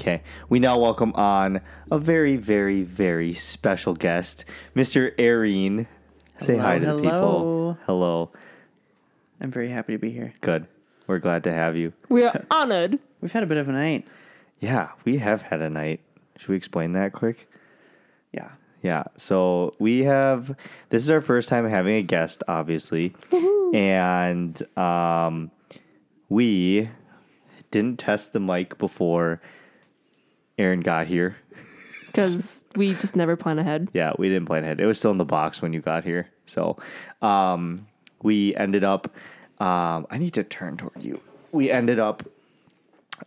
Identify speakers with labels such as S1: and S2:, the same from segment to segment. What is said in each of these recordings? S1: Okay. We now welcome on a very, very, very special guest, Mr. Arine. Say
S2: Hello,
S1: hi to the people.
S2: hello.
S1: Hello.
S2: I'm very happy to be here.
S1: Good. We're glad to have you.
S3: We are honored.
S2: We've had a bit of a night.
S1: Yeah, we have had a night. Should we explain that quick?
S2: Yeah.
S1: Yeah. So we have this is our first time having a guest, obviously, and um, we didn't test the mic before Aaron got here.
S3: Because we just never plan ahead.
S1: Yeah, we didn't plan ahead. It was still in the box when you got here. So um, we ended up. Um, I need to turn toward you. We ended up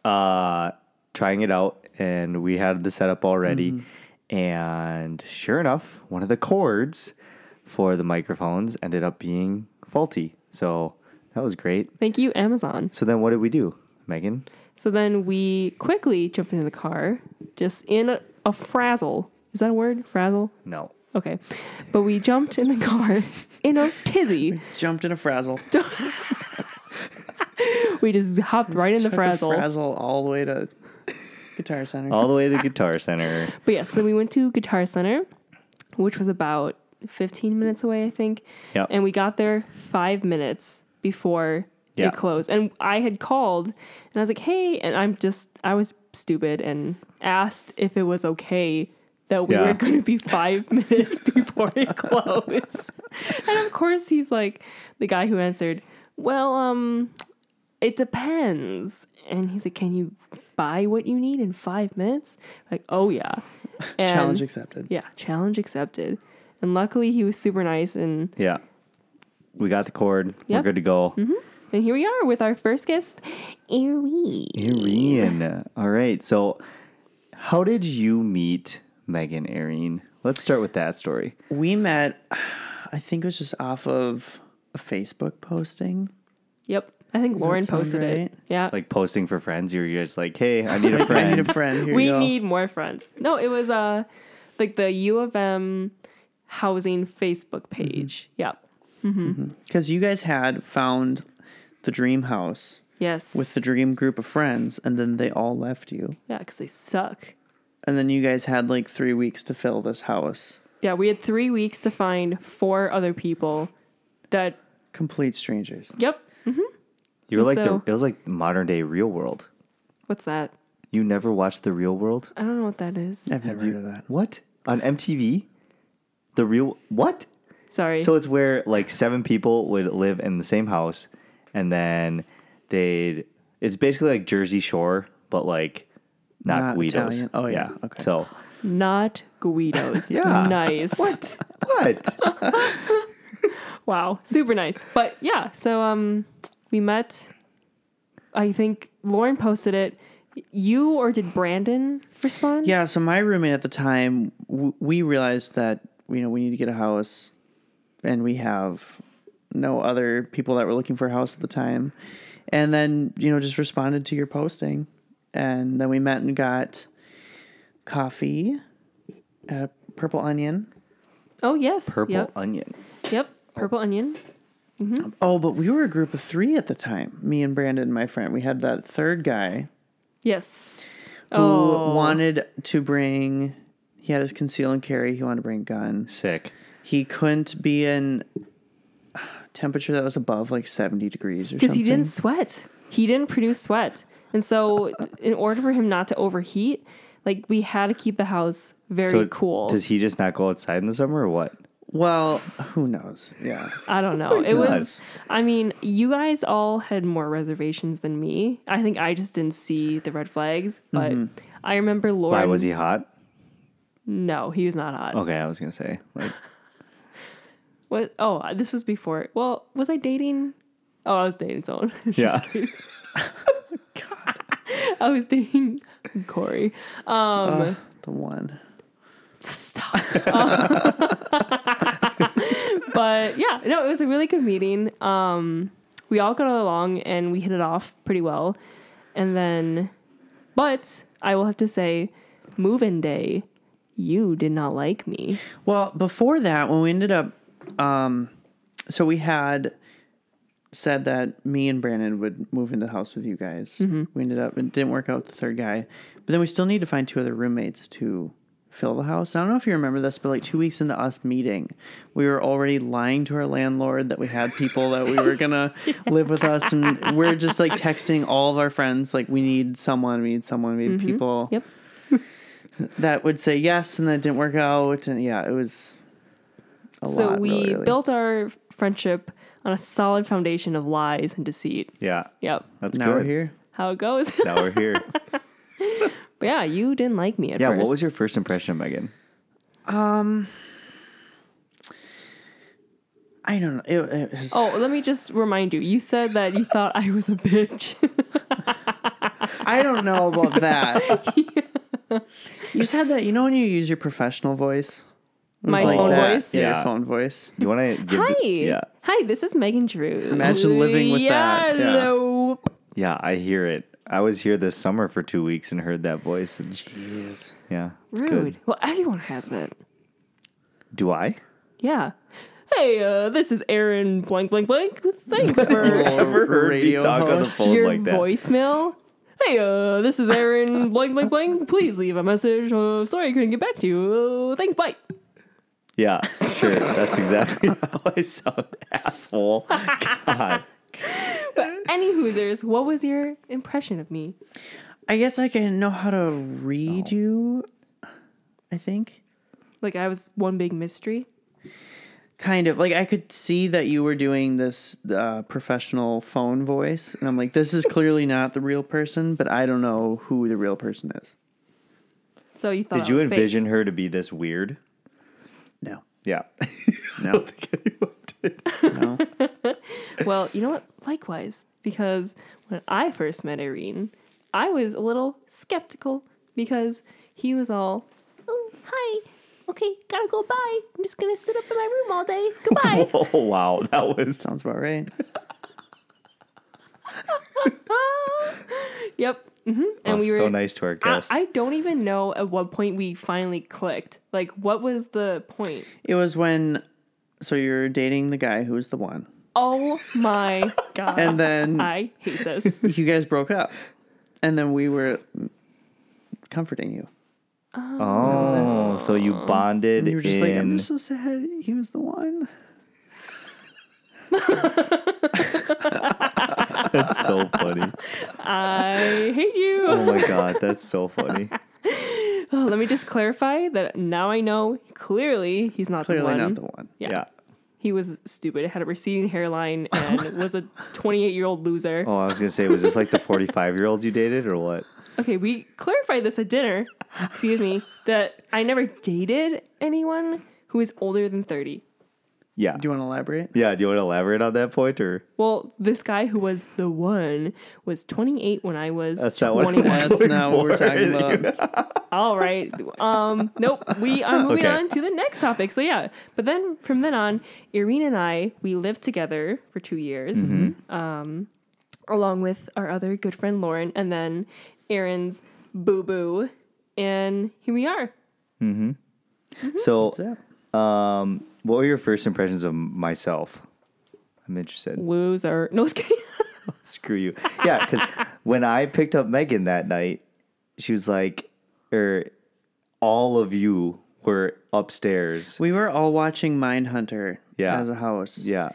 S1: uh, trying it out, and we had the setup already. And sure enough, one of the cords for the microphones ended up being faulty. So that was great.
S3: Thank you, Amazon.
S1: So then, what did we do, Megan?
S3: So then we quickly jumped into the car, just in a, a frazzle. Is that a word? Frazzle?
S1: No.
S3: Okay. But we jumped in the car in a tizzy.
S2: Jumped in a frazzle.
S3: We just hopped right in the
S2: Took a
S3: frazzle.
S2: frazzle Oh, all the way to Guitar Center.
S1: All the way to Guitar Center.
S3: But yes, then we went to Guitar Center, which was about 15 minutes away, I think.
S1: Yep.
S3: And we got there five minutes before
S1: Yeah.
S3: it closed. And I had called and I was like, hey, and I'm just, I was stupid and asked if it was okay that we
S1: Yeah.
S3: were going to be five minutes before it closed. and of course, he's like, the guy who answered, well, um, it depends. And he's like, can you buy what you need in five minutes? Like, oh yeah. And,
S2: Challenge accepted.
S3: Yeah, challenge accepted. And luckily he was super nice and
S1: Yeah. We got the cord. We're
S3: Yep.
S1: good to go.
S3: and here we are with our first guest, Erie.
S1: Irene. All right. So, how did you meet Megan Irene? Let's start with that story.
S2: We met, I think it was just off of a Facebook posting.
S3: Yep. I think Lauren
S2: sound
S3: posted it.
S2: right?
S3: Yeah.
S1: Like posting for friends, you were just like, "Hey, I need a friend."
S2: I need a friend. Here
S3: we
S2: you go.
S3: need more friends. No, it was uh like the U of M housing Facebook
S2: Mm-hmm.
S3: page. Yep.
S2: Because you guys had found the dream house
S3: Yes.
S2: with the dream group of friends, and then they all left you.
S3: Yeah, because they suck.
S2: And then you guys had like three weeks to fill this house.
S3: Yeah, we had three weeks to find four other people that
S2: Complete strangers.
S3: Yep.
S1: You were like,
S3: So-
S1: the, it was like modern day Real World.
S3: What's that?
S1: You never watched the Real World?
S3: I don't know what that is.
S2: I've never heard of that.
S1: What on MTV? The real what?
S3: Sorry.
S1: So it's where like seven people would live in the same house, and then they'd. It's basically like Jersey Shore, but like not,
S2: Not
S1: Guidos.
S2: Italian. Oh, yeah. Okay.
S1: So
S3: Not Guido's.
S1: Yeah.
S3: Nice.
S1: what? What?
S3: Wow. Super nice. But yeah, so um we met I think Lauren posted it. You or did Brandon respond?
S2: Yeah, so my roommate at the time, w- we realized that you know we need to get a house, and we have no other people that were looking for a house at the time, and then you know just responded to your posting, and then we met and got coffee, uh, purple onion.
S3: Oh yes.
S1: purple
S3: Yep.
S1: onion.
S3: Yep. Purple onion.
S2: Oh, but we were a group of three at the time. Me and Brandon, and my friend, we had that third guy
S3: Yes.
S2: who
S3: Oh
S2: wanted to bring. He had his conceal and carry. He wanted to bring a gun.
S1: Sick.
S2: he couldn't be in temperature that was above like 70 degrees or something.
S3: because he didn't sweat. He didn't produce sweat. And so in order for him not to overheat, like we had to keep the house very cool.
S1: Does he just not go outside in the summer or what?
S2: Well, who knows? Yeah.
S3: I don't know. It
S1: gosh.
S3: was. I mean, you guys all had more reservations than me. I think I just didn't see the red flags. But I remember Lauren.
S1: Mm-hmm. Why was he Oh. hot?
S3: No, he was not hot.
S1: Okay, I was gonna say like
S3: What? Oh, this was before. Well, was I dating? Oh, I was dating someone. Just
S1: Yeah.
S3: kidding. I was dating Corey. Um,
S2: The one.
S3: stop. but yeah, no, it was a really good meeting. Um, we all got along and we hit it off pretty well. And then, but I will have to say, move in day, you did not like me.
S2: Well, before that, when we ended up, um, so we had said that me and Brandon would move into the house with you guys.
S3: Mm-hmm.
S2: We ended up it didn't work out with the third guy, but then we still need to find two other roommates to fill the house. I don't know if you remember this, but like two weeks into us meeting, we were already lying to our landlord that we had people that we were gonna live with us, and we're just like texting all of our friends like we need someone, we need someone, we need people
S3: Mm-hmm. Yep.
S2: that would say yes, and that didn't work out, and yeah, it was. A
S3: so
S2: lot,
S3: we
S2: really, really.
S3: built our friendship on a solid foundation of lies and deceit.
S1: Yeah.
S3: Yep.
S1: That's
S2: Now
S1: good.
S2: we're here.
S3: How it goes.
S1: Now we're here.
S3: but yeah, you didn't like me at
S1: yeah.
S3: first.
S1: What was your first impression, Megan?
S2: Um, I don't know. It, it was,
S3: Oh, let me just remind you. You said that you thought I was a bitch.
S2: I don't know about that. You said that. You know when you use your professional voice, It was
S3: My
S1: like
S3: phone
S1: that.
S3: voice.
S2: Yeah,
S1: Yeah.
S2: your phone voice.
S1: Do you want to give?
S3: Hi.
S1: the- yeah.
S3: Hi, this is Megan Drew.
S2: Imagine living with
S3: yeah,
S2: that. Yeah.
S3: Nope.
S1: Yeah. I hear it. I was here this summer for two weeks and heard that voice. And
S2: Jeez.
S1: yeah, it's
S3: Rude.
S1: good.
S3: Well, everyone has that.
S1: Do I?
S3: Yeah. Hey, uh, this is Aaron blank blank blank. Thanks for
S1: Ever heard me
S2: radio
S1: talk on the
S2: host.
S1: phone
S3: your
S1: like that?
S3: voicemail. Hey, uh, this is Aaron blank blank blank. Please leave a message. Uh, sorry I couldn't get back to you. Uh, thanks, bye.
S1: Yeah, sure. That's exactly how I sound, asshole. God.
S3: But any hoosers, what was your impression of me?
S2: I guess I can know how to read you. I think
S3: Like I was one big mystery.
S2: kind of like I could see that you were doing this uh, professional phone voice, and I'm like, this is clearly not the real person, but I don't know who the real person is.
S3: So you thought
S1: Did
S3: I
S1: you
S3: was fake.
S1: envision her to be this weird?
S2: No,
S1: Yeah.
S2: no, no.
S3: Well, you know what? Likewise, because when I first met Irene, I was a little skeptical because he was all, "Oh, hi. Okay, gotta go. Bye. I'm just gonna sit up in my room all day. Goodbye."
S1: oh wow, that was
S2: Sounds about right.
S3: Ah. yep. hmm
S1: oh,
S3: And we were
S1: so nice to our
S3: I,
S1: guest.
S3: I don't even know at what point we finally clicked. Like, what was the point?
S2: It was when, so you're dating the guy who was the one,
S3: Oh my god!
S2: and then
S3: I hate this.
S2: you guys broke up, and then we were comforting you.
S1: oh, so you bonded
S2: And you were just
S1: in.
S2: like, I'm just so sad he was the one.
S1: that's so funny.
S3: I hate you.
S1: Oh my god, that's so funny.
S3: Oh, let me just clarify that now I know clearly he's not the
S2: Clearly
S3: one.
S2: not the one.
S3: Yeah.
S1: Yeah.
S3: He was stupid, had a receding hairline, and was a 28 year old loser.
S1: Oh, I was gonna say, was this like the forty-five-year-old you dated, or what?
S3: Okay, we clarified this at dinner, excuse me, that I never dated anyone who is older than 30.
S1: Yeah.
S2: Do you want to elaborate?
S1: yeah. Do you want to elaborate on that point, or
S3: Well, this guy who was the one was 28 when I was
S1: that's not what I
S3: 21.
S1: was
S2: That's
S1: going
S2: not what we're
S1: for.
S2: talking about.
S3: All right. Um, nope. We are moving
S1: Okay.
S3: on to the next topic. So yeah. But then from then on, Irene and I we lived together for two years,
S1: Mm-hmm.
S3: um, along with our other good friend Lauren, and then Aaron's boo boo, and here we are.
S1: So,
S2: So,
S1: um, what were your first impressions of myself? I'm interested.
S3: Loser. No, just kidding.
S1: screw you. Yeah, because when I picked up Megan that night, she was like, or all of you were upstairs.
S2: we were all watching Mindhunter
S1: Yeah.
S2: as a house.
S1: Yeah.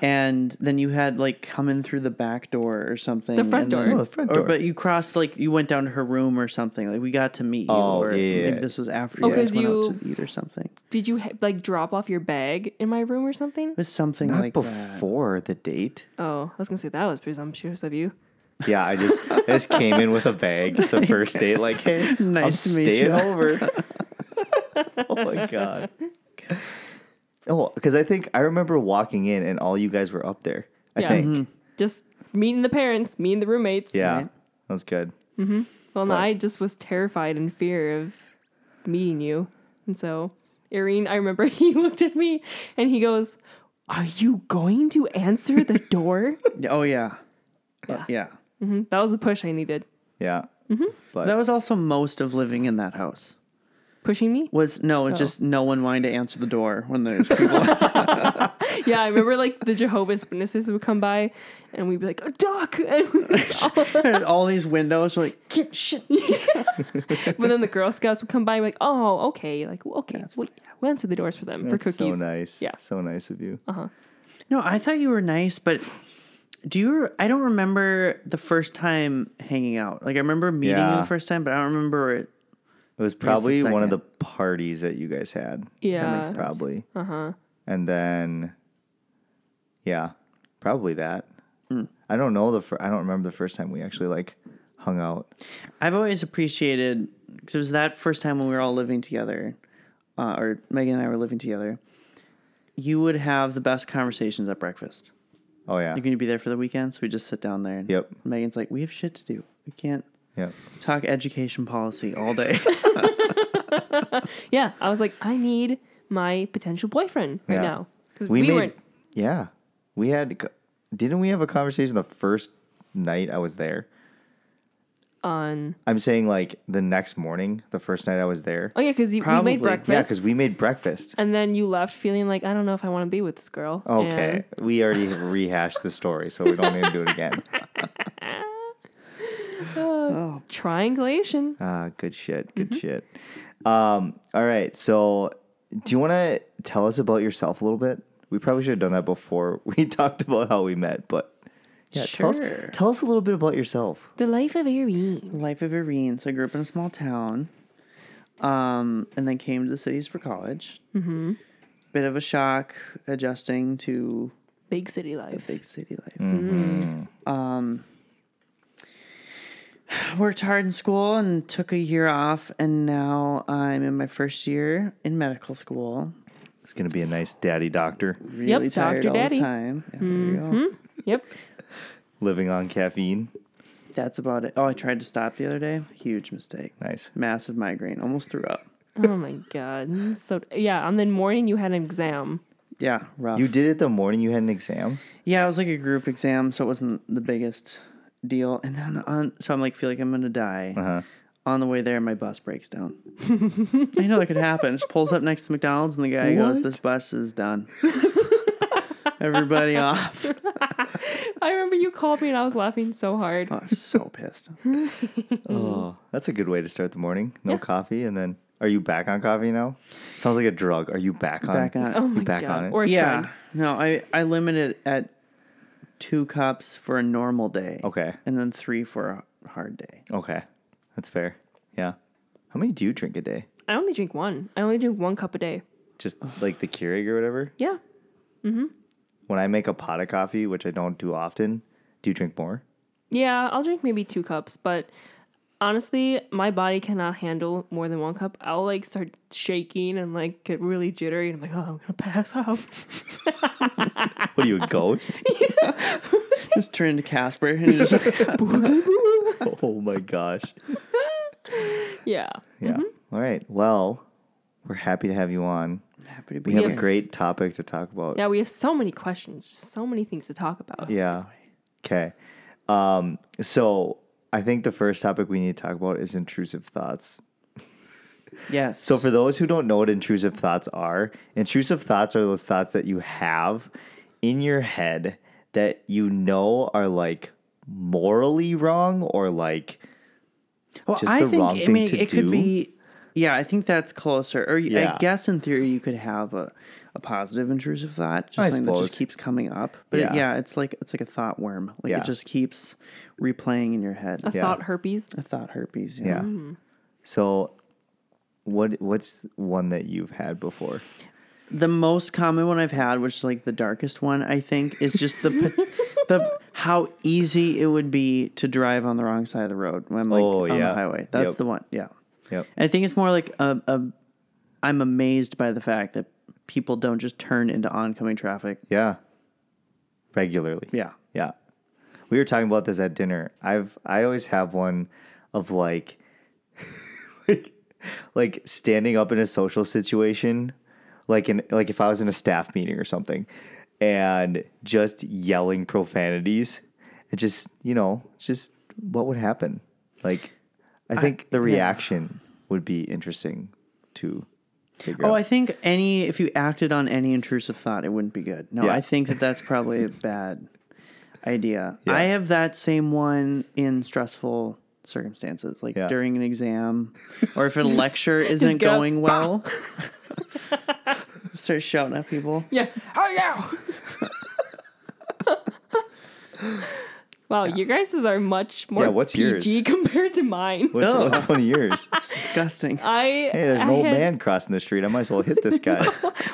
S2: And then you had like come in through the back door or something.
S3: The front
S2: and
S3: door.
S2: Then,
S3: Oh,
S1: the front
S2: Or,
S1: door.
S2: but you crossed like you went down to her room or something. Like we got to meet you.
S1: Oh,
S2: or
S1: yeah.
S2: Maybe this was after
S3: Oh,
S2: you guys
S3: 'cause
S2: went out
S3: you-
S2: to eat or something. It
S3: Did you ha- like drop off your bag in my room or something?
S2: was something
S1: Not
S2: like that.
S1: before the date.
S3: Oh, I was gonna say that was presumptuous of you.
S1: Yeah, I just I just came in with a bag the first date, like, hey,
S2: Nice
S1: I'm
S2: to meet
S1: staying
S2: you.
S1: over. oh my god. Oh, because I think I remember walking in and all you guys were up there. I
S3: Yeah.
S1: think.
S3: Just meeting the parents, meeting the roommates.
S1: Yeah.
S2: Right.
S1: That was good.
S3: Well, no,
S1: But-
S3: I just was terrified in fear of meeting you. And so, Irene, I remember he looked at me and he goes, Are you going to answer the door?
S2: Oh yeah. Yeah.
S3: Mhm, that was the push I needed.
S1: Yeah. But
S2: That was also most of living in that house.
S3: Pushing me?
S2: Was no, it's just no one wanting to answer the door when there's people.
S3: yeah, I remember like the Jehovah's Witnesses would come by and we'd be like, a duck. And we'd all-
S2: And all these windows are like, get shit.
S3: but then the Girl Scouts would come by and be like, oh, okay. Like, well, okay. we, we answered the doors for them for
S1: That's so
S3: cookies.
S1: nice.
S3: Yeah.
S1: So nice of you.
S2: No, I thought you were nice, but do you? re- I don't remember the first time hanging out. Like I remember meeting you
S1: Yeah.
S2: the first time, but I don't remember it.
S1: It was probably one of the
S2: second.
S1: parties that you guys had.
S3: Yeah. Uh-huh.
S2: makes sense.
S1: Probably. Uh huh. And then, yeah, probably that.
S2: Hmm.
S1: I don't know the. Fir- I don't remember the first time we actually like hung out.
S2: I've always appreciated because it was that first time when we were all living together, uh, or Megan and I were living together. You would have the best conversations at breakfast.
S1: Oh yeah.
S2: You're going to be there for the weekend, so we just sit down there. And
S1: Yep.
S2: Megan's like, we have shit to do. We can't
S1: Yep.
S2: talk education policy all day.
S3: Yeah. I was like, I need my potential boyfriend right
S1: Yeah.
S3: now. Because we,
S1: made-
S3: weren't.
S1: Yeah, we had. co- Didn't we have a conversation the first night I was there?
S3: on.
S1: I'm saying like the next morning, the first night I was there.
S3: Oh yeah, because you we
S2: Probably. Yeah,
S3: made
S2: 'cause
S3: breakfast.
S1: Yeah, because we made breakfast.
S3: and then you left feeling like I don't know if I want to be with this girl.
S1: Okay, we already rehashed the story, so we don't need to do it again.
S3: And triangulation.
S1: Ah, good shit, good shit. Um, all right, so do you want to tell us about yourself a little bit? We probably should have done that before we talked about how we met, but yeah, tell us
S2: Sure.
S1: tell us a little bit about yourself.
S3: The life of Irene.
S2: Life of Irene. So I grew up in a small town, um, and then came to the cities for college. Mm-hmm. Bit of a shock adjusting to
S3: Big city life.
S2: big city life. Um, worked hard in school and took a year off, and now I'm in my first year in medical school.
S1: It's gonna be a nice daddy doctor
S2: Really
S3: Dr.
S2: tired all
S3: Daddy.
S2: the time. Yeah, there you go.
S3: Yep.
S1: living on caffeine.
S2: That's about it. Oh, I tried to stop the other day. Huge mistake.
S1: Nice.
S2: Massive migraine. Almost threw up.
S3: Oh my god. So yeah, and then morning you had an exam.
S2: Yeah, rough.
S1: You did it the morning you had an exam.
S2: Yeah, it was like a group exam, so it wasn't the biggest deal. And then on, so I'm like, feel like I'm gonna die.
S1: Uh-huh.
S2: On the way there, my bus breaks down. I know that could happen. Just pulls up next to McDonald's, and the guy goes,
S1: What?
S2: "This bus is done." Everybody oh, off.
S3: I remember you called me and I was laughing so hard.
S2: I was so pissed.
S1: Oh, that's a good way to start the morning. No coffee, and then are you back on coffee now? Sounds like a drug. Are you back on?
S2: Back on.
S3: Oh
S1: You
S3: my
S1: back
S3: god.
S1: on it?
S3: Or a
S2: Yeah,
S3: trend.
S2: no, I I limit it at two cups for a normal day.
S1: Okay.
S2: and then three for a hard day.
S1: Okay, that's fair. Yeah. How many do you drink a day?
S3: I only drink one. I only drink one cup a day.
S1: Just like the Keurig or whatever.
S3: Yeah.
S1: When I make a pot of coffee, which I don't do often, do you drink more?
S3: Yeah, I'll drink maybe two cups, but honestly, my body cannot handle more than one cup. I'll like start shaking and like get really jittery, and I'm like, oh, I'm gonna pass out.
S1: What are you a ghost?
S2: Just turn into Casper and he's just like,
S1: oh my gosh.
S3: Yeah.
S1: Yeah.
S3: Mm-hmm.
S1: All right. Well, we're happy to have you on.
S2: happy to be
S1: We have
S3: Yes.
S1: a great topic to talk about.
S3: Yeah, we have so many questions, just so many things to talk about.
S1: Yeah. Okay. Um, so I think the first topic we need to talk about is intrusive thoughts.
S2: Yes.
S1: So for those who don't know what intrusive thoughts are, intrusive thoughts are those thoughts that you have in your head that you know are like morally wrong or like
S2: Well,
S1: just the wrong thing to
S2: it
S1: do.
S2: could be. Yeah, I think that's closer. Or you
S1: Yeah.
S2: I guess in theory you could have a, a positive intrusive thought, just
S1: I
S2: something that
S1: suppose.
S2: just keeps coming up. But it-
S1: Yeah.
S2: yeah. it's like it's like a thought worm. Like
S1: Yeah.
S2: it just keeps replaying in your head.
S3: A
S2: A,
S3: thought herpes.
S2: thought herpes. You
S1: yeah.
S2: Know?
S1: So what what's one that you've had before?
S2: The most common one I've had, which is like the darkest one, I think, is just the pot- the how easy it would be to drive on the wrong side of the road when I'm like
S1: Oh,
S2: on
S1: yeah.
S2: the highway. That's
S1: Yep.
S2: the one. Yeah.
S1: Yep.
S2: I think it's more like a, a I'm amazed by the fact that people don't just turn into oncoming traffic.
S1: Yeah. Regularly.
S2: Yeah.
S1: Yeah. We were talking about this at dinner. I've I always have one of like like like standing up in a social situation, like in like if I was in a staff meeting or something and just yelling profanities and just, you know, just what would happen? Like I think the reaction would be interesting to figure
S2: Oh,
S1: out.
S2: I think any if you acted on any intrusive thought, it wouldn't be good. No,
S1: Yeah.
S2: I think that that's probably a bad idea.
S1: Yeah.
S2: I have that same one in stressful circumstances, like
S1: Yeah.
S2: during an exam or if a lecture isn't
S3: get up,
S2: going well. Start shouting at people.
S3: Yeah. Oh yeah. wow, you guys are much more
S1: Yeah, what's
S3: PG
S1: yours?
S3: compared to mine.
S1: what's,
S2: Oh.
S1: what's one of yours?
S2: It's disgusting.
S1: Uh,
S3: I
S1: Hey, there's an
S3: I
S1: old
S3: had-
S1: man crossing the street. I might as well hit this guy.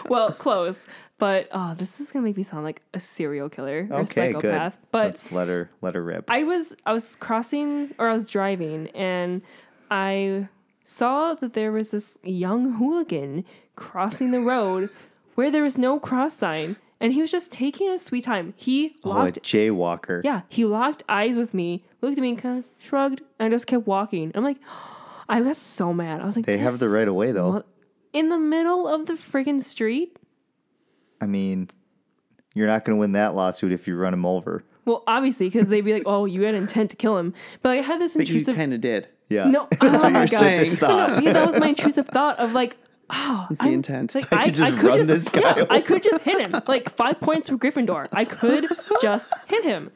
S3: Well, close, but oh, this is gonna make me sound like a serial killer or
S1: okay, good.
S3: psychopath. But
S1: Let's let her let her rip.
S3: I was I was crossing or I was driving and I saw that there was this young hooligan crossing the road where there was no cross sign and he was just taking his sweet time. He
S1: oh, a
S3: locked
S1: jaywalker.
S3: yeah, he locked eyes with me, looked at me and kind of shrugged and just kept walking. I'm like I got so mad. I was like
S1: They have the
S3: "This
S1: right of way though.
S3: mo- in the middle of the freaking street.
S1: I mean, you're not going to win that lawsuit if you run him over.
S3: Well, obviously, because they'd be like, "Oh, you had intent to kill him," but like, I had this
S2: But you
S3: intrusive
S2: kind of did.
S1: Yeah.
S3: No, oh my
S1: Your
S3: god,
S1: sickest thought.
S3: yeah, that was my intrusive thought of like, oh,
S2: the intent.
S3: Like,
S1: I
S3: I,
S1: could just
S3: I could
S1: run
S3: just,
S1: this guy
S3: yeah, I could just hit him. Like five points for Gryffindor. I could just hit him.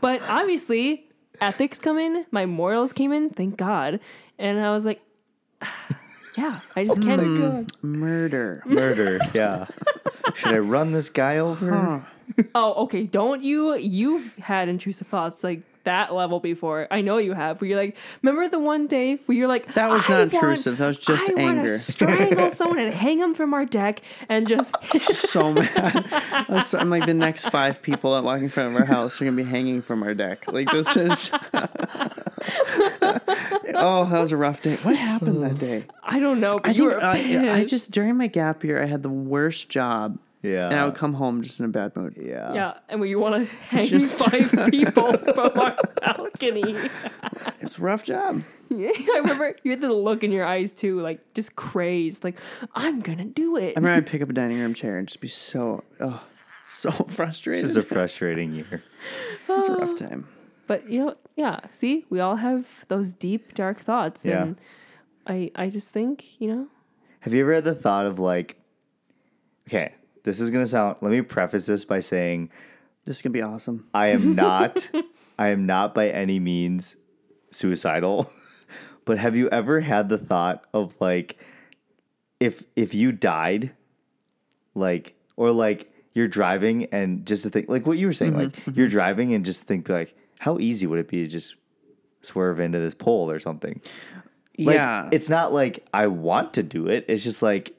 S3: But obviously, ethics come in. My morals came in. Thank God. And I was like, yeah, I
S1: Oh
S3: just can't.
S2: Murder.
S1: Murder. Yeah. Should I run this guy over?
S2: Huh.
S3: Oh, okay. Don't you? You've had intrusive thoughts like that level before. I know you have. Where you're like, remember the one day where you're like,
S2: That was
S3: "I
S2: not
S3: want-
S2: intrusive. That was just
S3: I wanna
S2: anger."
S3: strangle someone and hang them from our deck and just.
S2: so mad. I was so- I'm like, the next five people that walk in front of our house are gonna be hanging from our deck. Like this is. oh, that was a rough day. What happened that day?
S3: I don't know.
S2: I
S3: But you
S2: think
S3: were
S2: I, I
S3: pissed.
S2: just during my gap year, I had the worst job,
S1: Yeah.
S2: and I would come home just in a bad mood.
S1: yeah.
S3: Yeah, and we want to hang
S2: Just-
S3: five people from our balcony.
S2: It's a rough job.
S3: Yeah, I remember you had the look in your eyes too, like just crazed, like I'm gonna do it.
S2: I remember I'd pick up a dining room chair and just be so, oh, so frustrated.
S1: This is a frustrating year.
S2: it's a rough time.
S3: but you know, yeah. See, we all have those deep, dark thoughts,
S1: Yeah.
S3: and I, I just think, you know,
S1: Have you ever had the thought of like, okay, this is going to sound, let me preface this by saying
S2: This is gonna be awesome.
S1: I am not, I am not by any means suicidal. But have you ever had the thought of like, if if you died, like, or like you're driving and just to think, like what you were saying, like
S2: Mm-hmm,
S1: you're driving and just think, like, how easy would it be to just swerve into this pole or something? Like,
S2: yeah,
S1: it's not like I want to do it. It's just like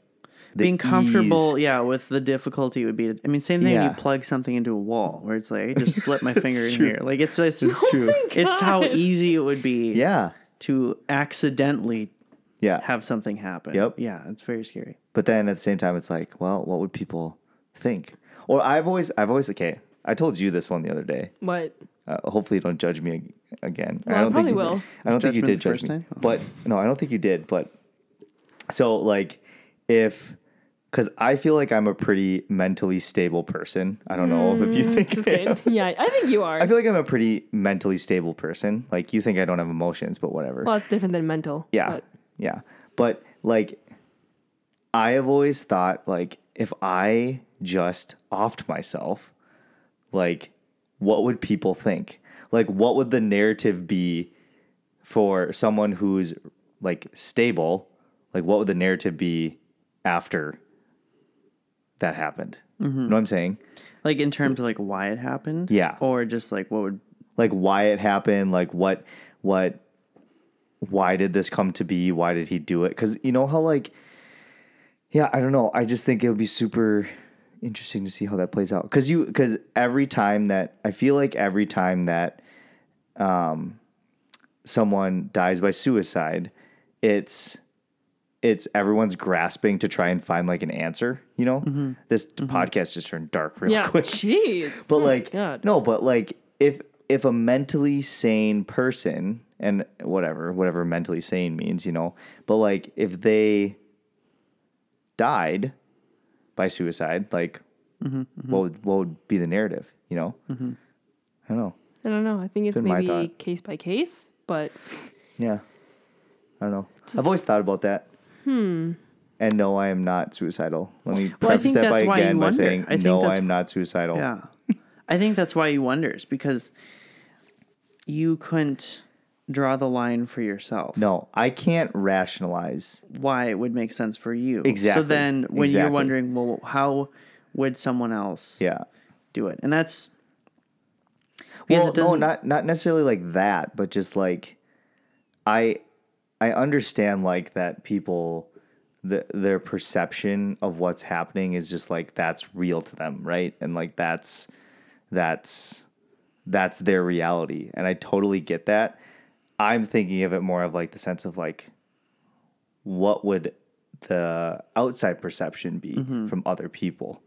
S1: the
S2: being comfortable,
S1: ease.
S2: yeah, with the difficulty would be. I mean, same thing. when
S1: Yeah.
S2: You plug something into a wall where it's like I just slip my finger in
S1: true.
S2: here. Like it's it's,
S1: It's true.
S2: it's how
S3: God.
S2: easy it would be
S1: Yeah.
S2: to accidentally
S1: Yeah.
S2: have something happen.
S1: Yep.
S2: Yeah, it's very scary.
S1: But then at the same time, it's like, well, what would people think? Or I've always, I've always, okay, I told you this one the other day.
S3: what?
S1: Uh, hopefully, you don't judge me ag- again.
S3: Well, I
S1: don't think
S3: probably
S1: you,
S3: will.
S1: I don't think you
S2: Judgment
S1: did
S2: the
S1: judge
S2: first
S1: me,
S2: time? Oh.
S1: but no, I don't think you did. But so, like, if because I feel like I'm a pretty mentally stable person. I don't know if you think
S3: Just
S1: I am.
S3: kidding. Yeah, I think you are.
S1: I feel like I'm a pretty mentally stable person. Like you think I don't have emotions, but whatever.
S3: well, it's different than mental.
S1: yeah.
S3: but-
S1: Yeah. But like I have always thought like if I just offed myself, like what would people think? Like what would the narrative be for someone who's like stable? Like what would the narrative be after that happened? You know what I'm saying?
S2: Like in terms of like why it happened.
S1: Yeah.
S2: Or just like what would
S1: like why it happened, like what what why did this come to be? Why did he do it? Cuz you know how like yeah, I don't know. I just think it would be super interesting to see how that plays out cuz you cuz every time that I feel like every time that um someone dies by suicide, it's it's everyone's grasping to try and find like an answer, you know? This podcast just turned dark real
S3: yeah.
S1: quick.
S3: Jeez.
S2: Oh
S3: Oh
S1: But like
S3: God.
S1: no, but like if if a mentally sane person and whatever whatever mentally sane means, you know, but like if they died by suicide, like
S2: Mm-hmm,
S1: what would what would be the narrative, you know? I don't know.
S3: I don't know. I think it's
S1: been my
S3: maybe
S1: thought.
S3: case by case, but
S1: Yeah, I don't know. I've always thought about that. Hmm. And no, I am not suicidal. Let me
S2: Well, I
S1: preface
S2: think
S1: that by
S2: that's why you
S1: again by
S2: wonder.
S1: saying
S2: I think
S1: no,
S2: that's-
S1: I'm not suicidal.
S2: Yeah. I think that's why he wonders because you couldn't draw the line for yourself.
S1: No, I can't rationalize.
S2: Why it would make sense for you.
S1: Exactly.
S2: So then when
S1: Exactly.
S2: you're wondering, well, how would someone else
S1: Yeah.
S2: do it? And that's
S1: Well,
S2: because it
S1: no,
S2: doesn't-
S1: not not necessarily like that, but just like I I understand like that people the, their perception of what's happening is just like that's real to them, right? And like that's that's that's their reality. And I totally get that. I'm thinking of it more of like the sense of like what would the outside perception be
S2: Mm-hmm.
S1: from other people?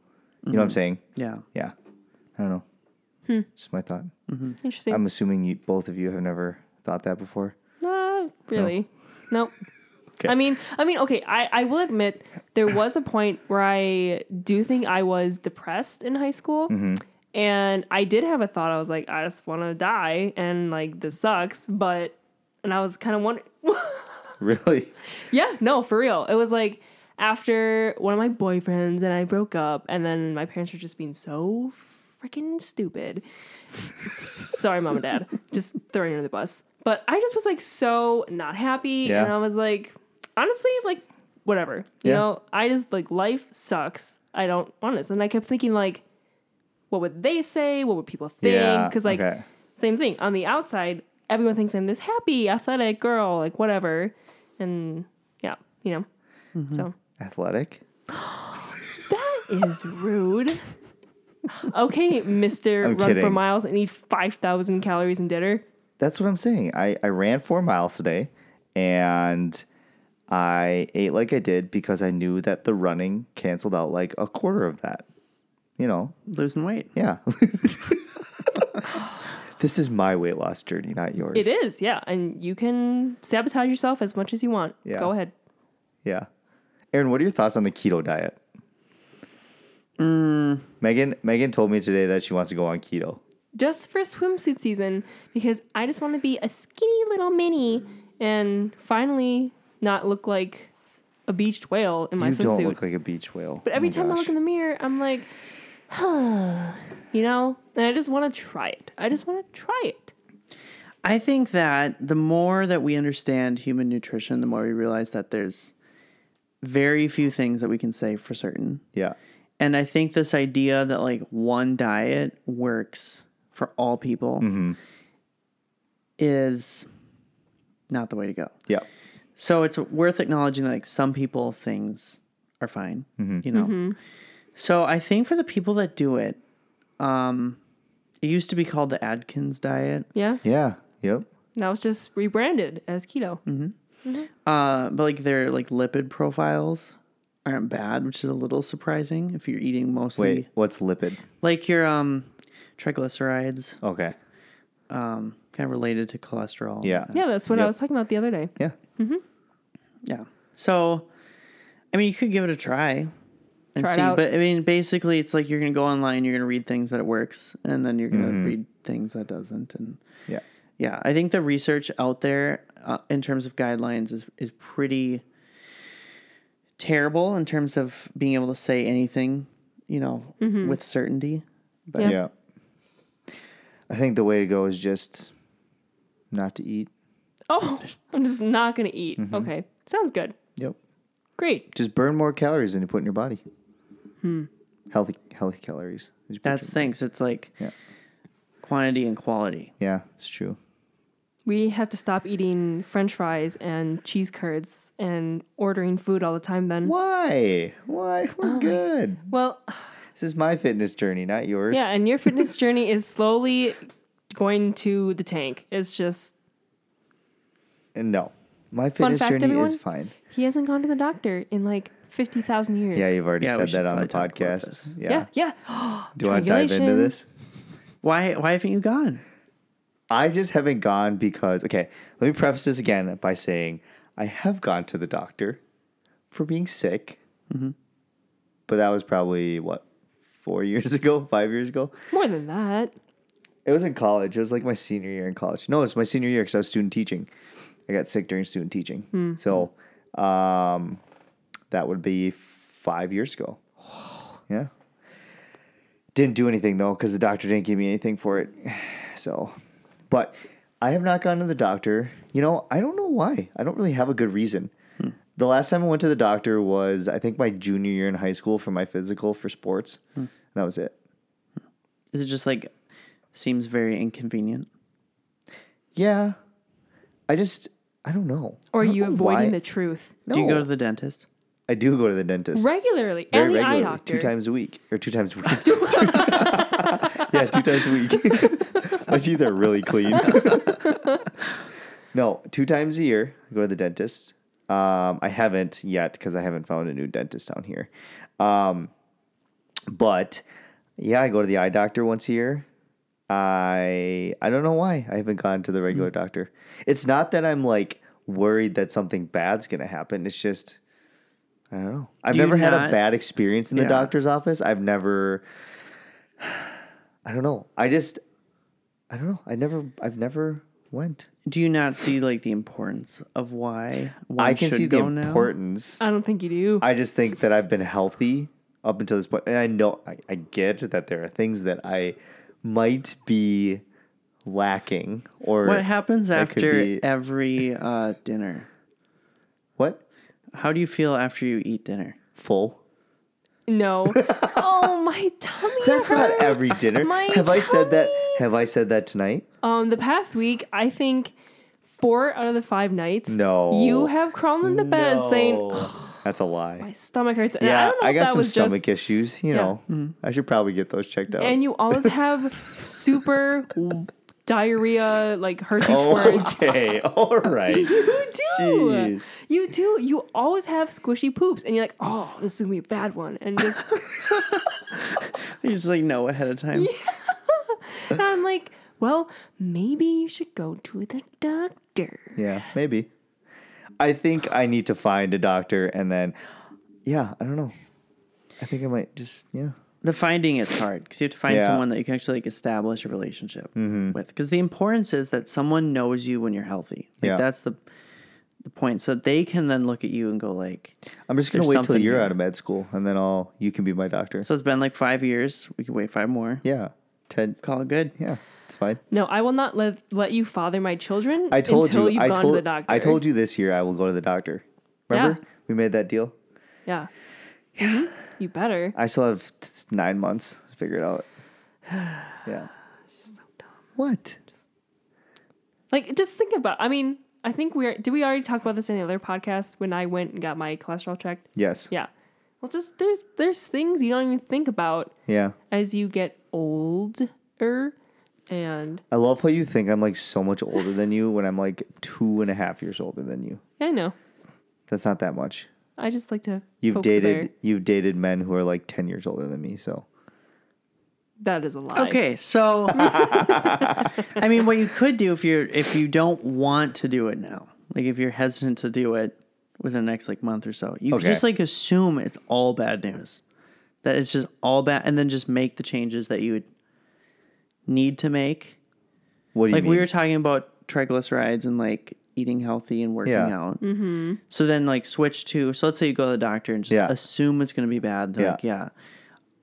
S1: You know what I'm saying?
S2: yeah.
S1: Yeah. I don't know.
S2: Hmm.
S1: Just my thought.
S3: Interesting.
S1: I'm assuming you both of you have never thought that before.
S3: Not Uh, really. Nope.
S1: Okay.
S3: I mean, I mean, okay. I, I will admit there was a point where I do think I was depressed in high school, and I did have a thought. I was like, I just want to die, and like this sucks. But and I was kind of wondering.
S1: Really?
S3: Yeah, no, for real. It was like after one of my boyfriends and I broke up, and then my parents were just being so freaking stupid. Sorry, mom and dad, just throwing you under the bus. But I just was like so not happy,
S1: Yeah.
S3: and I was like, honestly, like whatever. You
S1: Yeah.
S3: know, I just like life sucks. I don't want this, and I kept thinking like, what would they say? What would people think?
S1: Yeah,
S3: Because like
S1: okay.
S3: same thing on the outside everyone thinks i'm this happy athletic girl like whatever and yeah you know so
S1: Athletic? Mm-hmm.
S3: that is rude okay mr
S1: I'm
S3: run for
S1: kidding.
S3: miles and eat 5000 calories in dinner
S1: That's what I'm saying. I, I ran four miles today and I ate like I did because I knew that the running canceled out like a quarter of that. You know?
S2: Losing weight.
S1: Yeah. this is my weight loss journey, not yours.
S3: it is yeah and you can sabotage yourself as much as you want
S1: Yeah.
S3: go ahead
S1: Yeah. Aaron, what are your thoughts on the keto diet?
S3: Mm.
S1: Megan Megan told me today that she wants to go on keto.
S3: just for swimsuit season because i just want to be a skinny little mini and finally not look like a beached whale in my
S1: you
S3: swimsuit
S1: don't look like a beach whale. Oh
S3: But every time I look in the mirror, I'm like, you know, and I just want to try it. I just want to try it.
S2: I think that the more that we understand human nutrition, the more we realize that there's very few things that we can say for certain.
S1: yeah,
S2: And I think this idea that like one diet works for all people
S1: Mm-hmm.
S2: is not the way to go.
S1: yeah,
S2: So it's worth acknowledging that like some people things are fine,
S1: Mm-hmm.
S2: you know. So I think for the people that do it, um it used to be called the Adkins diet.
S3: Yeah.
S1: yeah, yep.
S3: Now it's just rebranded as keto.
S2: Uh, but like their like lipid profiles aren't bad, which is a little surprising if you're eating mostly
S1: Wait, what's lipid?
S2: like your um triglycerides,
S1: Okay,
S2: um, kind of related to cholesterol.
S1: yeah,
S3: Yeah, that's what I
S1: Yep.
S3: was talking about the other day.
S1: yeah.
S2: yeah. So, I mean, you could give it a try and
S3: Try it
S2: see.
S3: out.
S2: But I mean, basically, it's like you're gonna go online, you're gonna read things that it works, and then you're gonna read things that doesn't, and
S1: yeah.
S2: Yeah, I think the research out there uh, in terms of guidelines is is pretty terrible in terms of being able to say anything, you know,
S3: Mm-hmm.
S2: with certainty. But
S1: yeah,
S3: Yeah.
S1: I think the way to go is just not to eat.
S3: Oh, I'm just not going to eat. Okay. Sounds good.
S1: Yep,
S3: Great.
S1: just burn more calories than you put in your body. Hmm. Healthy, healthy calories. Did you put
S2: that's
S1: your-
S2: things. It's like
S1: Yeah.
S2: quantity and quality.
S1: yeah, it's true.
S3: We have to stop eating french fries and cheese curds and ordering food all the time then.
S1: Why? Why?
S3: Oh,
S1: We're good.
S3: Well,
S1: This is my fitness journey, not yours.
S3: yeah, and your fitness journey is slowly going to the tank. It's just
S1: And no, my fitness
S3: fact,
S1: journey is
S3: everyone.
S1: fine.
S3: He hasn't gone to the doctor in like 50,000 years.
S1: Yeah, you've already
S2: Yeah, we
S1: said
S2: should
S1: that on the
S2: probably talk about
S1: podcast.
S2: this.
S1: Yeah.
S3: Yeah, yeah.
S1: Do you want to dive into
S3: Triangulation.
S1: this?
S2: Why why haven't you gone?
S1: I just haven't gone because okay, let me preface this again by saying I have gone to the doctor for being sick. But that was probably what 4 years ago, 5 years ago.
S3: More than that.
S1: It was in college. It was like my senior year in college. No, it was my senior year cuz I was student teaching. I got sick during student teaching. So, um That would be five years ago. Yeah. Didn't do anything though, because the doctor didn't give me anything for it. So, but I have not gone to the doctor. You know, I don't know why. I don't really have a good reason. The last time I went to the doctor was, I think, my junior year in high school for my physical for sports. And that was it.
S2: Is it just like seems very inconvenient?
S1: Yeah. I just, I don't know.
S3: Or
S1: I don't
S3: you
S1: know
S3: avoiding
S1: why.
S3: the truth
S1: No.
S2: Do you go to the dentist?
S1: I do go to the dentist.
S3: regularly
S1: Very
S3: and the
S1: regularly,
S3: eye doctor.
S1: two times a week or two times a week. yeah, two times a week. My teeth are really clean. no, two times a year I go to the dentist. Um, I haven't yet because I haven't found a new dentist down here. Um, but yeah, I go to the eye doctor once a year. I I don't know why I haven't gone to
S2: Hmm.
S1: the regular doctor. It's not that I'm like worried that something bad's gonna happen. It's just I don't know. I've
S2: Do you
S1: never had a
S2: not-
S1: bad experience in the
S2: Yeah.
S1: doctor's office. I've never I don't know. I just I don't know. I never I've never went.
S2: Do you not see like the importance of why one
S1: I can
S2: should
S1: see the
S2: go now?
S1: importance.
S3: I don't think you do.
S1: I just think that I've been healthy up until this point, and I know I, I get that there are things that I might be lacking or
S2: What happens
S1: that could
S2: after
S1: be-
S2: every uh, dinner?
S1: what
S2: How do you feel after you eat dinner?
S1: full.
S3: no. oh, my tummy.
S1: That's not
S3: hurts.
S1: every dinner.
S3: My
S1: Have I said that?
S3: tummy.
S1: Have I said that tonight?
S3: Um, the past week, I think four out of the five nights,
S1: No.
S3: you have crawled into bed saying "Ugh,
S1: that's a lie.
S3: my stomach hurts. And I
S1: Yeah,
S3: don't know
S1: I,
S3: if
S1: got
S3: that
S1: some
S3: was
S1: stomach
S3: just,
S1: issues. You
S3: Yeah. Mm.
S1: know, I should probably get those checked out.
S3: and you always have super diarrhea, like Hershey
S1: Oh.
S3: squirts.
S1: okay, all right.
S3: You do.
S1: Jeez.
S3: You do. You always have squishy poops, and you're like, "Oh, this is gonna be a bad one," and just
S2: You just like know ahead of time.
S3: and I'm like, "Well, maybe you should go to the doctor."
S1: Yeah, maybe. I think I need to find a doctor and then, yeah, I don't know. I think I might just, yeah.
S2: The finding it's hard because you have to find
S1: Yeah. Mm-hmm.
S2: someone that you can actually like establish a relationship with. Because the importance is that someone knows you when you're healthy. Like
S1: Yeah.
S2: that's the the point. So they can then look at you and go like,
S1: I'm just going to
S2: There's
S1: wait till
S2: something
S1: you're
S2: here.
S1: out of med school and then I'll, you can be my doctor.
S2: so it's been like five years. We can wait five more.
S1: yeah. Ted,
S2: Call it good.
S1: yeah, it's fine.
S3: No, I will not let let you father my children
S1: I told
S3: until
S1: you,
S3: you've
S1: I
S3: gone
S1: told,
S3: to the doctor.
S1: I told you this year I will go to the doctor. Remember?
S3: Yeah.
S1: We made that deal.
S3: Yeah. Mhm. You better.
S1: I still have t- nine months to figure it out. Yeah. What?
S3: Like, just think about. I mean, I think we're. Did we already talk about this in the other podcast when I went and got my cholesterol checked?
S1: Yes.
S3: Yeah. Well, just there's there's things you don't even think about
S1: Yeah.
S3: as you get older, and
S1: I love how you think I'm like so much older than you when I'm like two and a half years older than you.
S3: yeah, I know.
S1: That's not that much.
S3: I just like to.
S1: You've
S3: poke the
S1: dated
S3: bear.
S1: you've dated men who are like ten years older than me, so
S3: That is a lie.
S2: Okay, so I mean, what you could do if you're if you don't want to do it now, like if you're hesitant to do it within the next like month or so, you
S1: Okay.
S2: could just like assume it's all bad news, that it's just all bad, and then just make the changes that you would need to make.
S1: what do you
S2: Like
S1: mean?
S2: we were talking about triglycerides and like eating healthy and working
S1: Yeah.
S2: out. Mm-hmm. So then like switch to so let's say you go to the doctor and just
S1: Yeah.
S2: assume it's going to be bad. They're
S1: Yeah.
S2: like, yeah,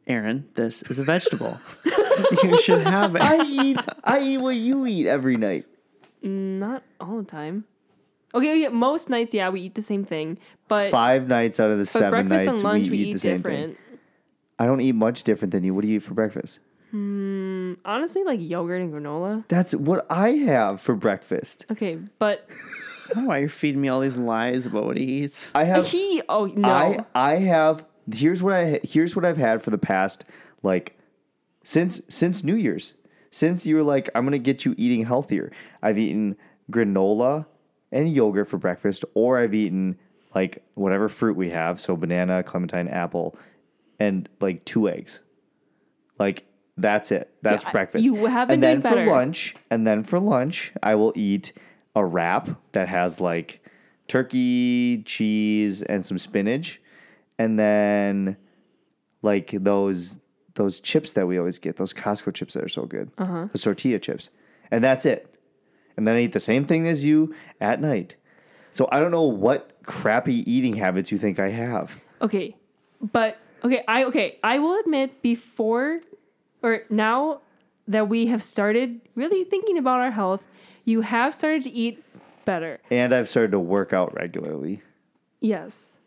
S2: Aaron, this is a vegetable. you should have it.
S1: I eat I eat what you eat every night.
S3: Not all the time. Okay, yeah, most nights, yeah, we eat the same thing, but
S1: Five nights out of the
S3: but
S1: seven
S3: breakfast
S1: nights
S3: and lunch
S1: we, eat, the same
S3: different.
S1: thing. I don't eat much different than you. What do you eat for breakfast?
S3: Honestly, like yogurt and granola.
S1: That's what I have for breakfast.
S3: Okay, but
S2: I don't know why you're feeding me all these lies about what he eats.
S1: I have
S3: he. Oh no.
S1: I I have here's what I here's what I've had for the past like since since New Year's. Since you were like I'm going to get you eating healthier. I've eaten granola and yogurt for breakfast or I've eaten like whatever fruit we have, so banana, clementine, apple and like two eggs. Like that's it. That's
S3: Yeah, I-
S1: breakfast.
S3: you have been
S1: and then
S3: doing
S1: for
S3: better.
S1: lunch, and then for lunch, I will eat a wrap that has like turkey, cheese, and some spinach, and then like those those chips that we always get, those Costco chips that are so good, uh-huh. the tortilla chips, and that's it. And then I eat the same thing as you at night. So I don't know what crappy eating habits you think I have.
S3: Okay, but okay, I okay, I will admit before or now that we have started really thinking about our health, you have started to eat better.
S1: And I've started to work out regularly.
S3: Yes,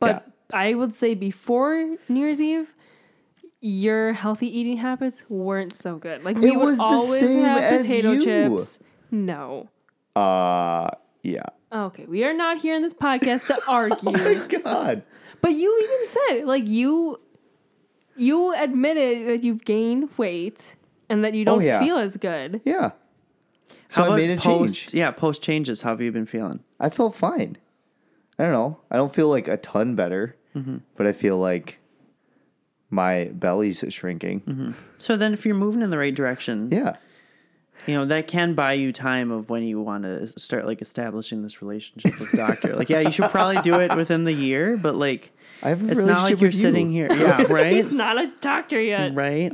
S3: but I would say before New Year's Eve. Your healthy eating habits weren't so good. Like we
S1: It
S3: would
S1: was the
S3: always
S1: same
S3: have
S1: as
S3: potato
S1: you.
S3: chips. No.
S1: Uh yeah.
S3: Okay, we are not here in this podcast to
S1: My
S3: argue.
S1: God.
S3: but you even said like you you admitted that you've gained weight and that you don't
S1: Oh, yeah.
S3: feel as good.
S1: Yeah. So I
S2: about
S1: made a
S2: post,
S1: change.
S2: Yeah, post changes. How have you been feeling?
S1: I felt fine. I don't know. I don't feel like a ton better,
S2: Mm-hmm.
S1: but I feel like my belly's shrinking.
S2: Mm-hmm. So then, if you're moving in the right direction,
S1: Yeah.
S2: you know that can buy you time of when you want to start like establishing this relationship with doctor. like, yeah, you should probably do it within the year, but like,
S1: I have a
S2: it's not
S1: relationship
S2: like you're
S1: with you.
S2: sitting here. Yeah, right,
S3: He's not a doctor yet.
S2: right.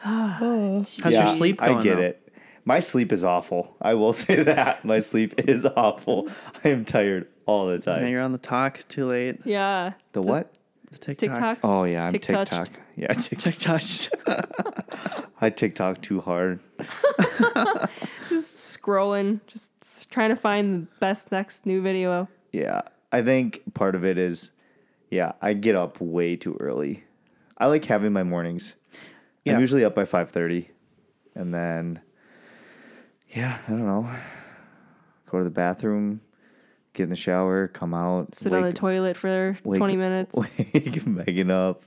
S2: How's
S1: Yeah,
S2: your sleep going?
S1: I get
S2: though?
S1: it. My sleep is awful. I will say that. My sleep is awful. I am tired all the
S2: Now
S1: time.
S2: you're on the talk too late.
S3: Yeah.
S1: The
S3: Just
S1: what?
S2: The TikTok.
S3: TikTok.
S1: Oh yeah, I'm
S3: Tick-touched.
S1: TikTok. Yeah, TikTok. I TikTok too hard.
S3: Just scrolling, just s- trying to find the best next new video.
S1: Yeah. I think part of it is yeah, I get up way too early. I like having my mornings.
S2: Yeah.
S1: I'm usually up by 5:30 and then yeah, I don't know. Go to the bathroom, get in the shower, come out,
S3: Sit on the
S1: wake-
S3: toilet for
S1: wake-
S3: 20 minutes.
S1: Wake Megan up,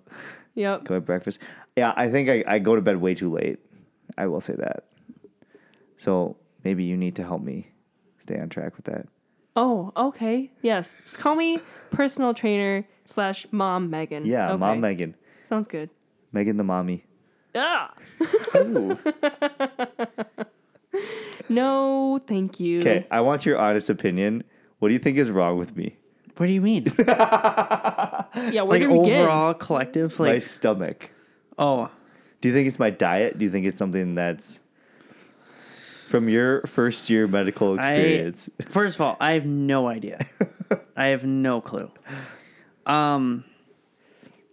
S3: Yep.
S1: go have breakfast. Yeah, I think I, I go to bed way too late. I will say that. So maybe you need to help me stay on track with that.
S3: Oh, okay. Yes. Just call me personal trainer slash mom Megan.
S1: Yeah,
S3: okay.
S1: mom Megan.
S3: Sounds good.
S1: Megan the mommy.
S3: Ah. No, thank you.
S1: Okay, I want your honest opinion. What do you think is wrong with me?
S2: What do you mean?
S3: Yeah, where
S2: like
S3: do we
S2: overall collective?
S1: My
S2: Like,
S1: stomach.
S2: oh,
S1: Do you think it's my diet? Do you think it's something that's from your first year medical experience?
S2: I, first of all, I have no idea. I have no clue. Um,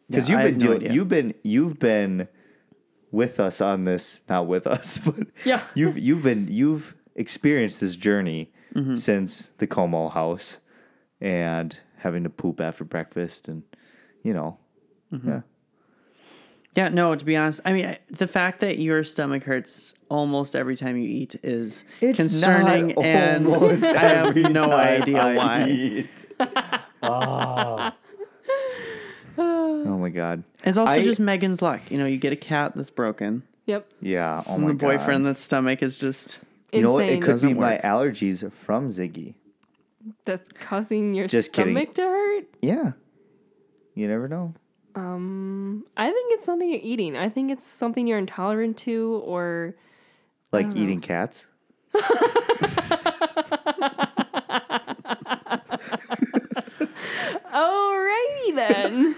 S1: Because
S2: yeah, I
S1: you've
S2: have
S1: been
S2: no
S1: doing,
S2: idea.
S1: you've been, you've been with us on this, not with us, but
S3: Yeah.
S1: you've you've been you've experienced this journey
S2: Mm-hmm.
S1: since the Como house and having to poop after breakfast, and you know,
S2: Mm-hmm.
S1: yeah,
S2: yeah, no. To be honest, I mean I- the fact that your stomach hurts almost every time you eat is concerning,
S1: not
S2: and
S1: almost
S2: I have
S1: every
S2: no
S1: time
S2: idea
S1: I
S2: why. Ah.
S1: eat. oh. Oh my god.
S2: It's also
S1: I-
S2: just Megan's luck. You know, you get a cat that's broken,
S3: get? Yep.
S1: Yeah. Oh
S2: and
S1: my
S2: the
S1: god.
S2: boyfriend that's stomach is just.
S1: You know what? It
S3: Insane.
S1: could
S2: Doesn't
S1: be my
S2: work.
S1: allergies from Ziggy.
S3: That's causing your
S1: Just kidding.
S3: stomach to hurt?
S1: Yeah. You never know.
S3: I think it's something you're eating. I think it's something you're intolerant to or
S1: Like eating cats.
S3: Alrighty then.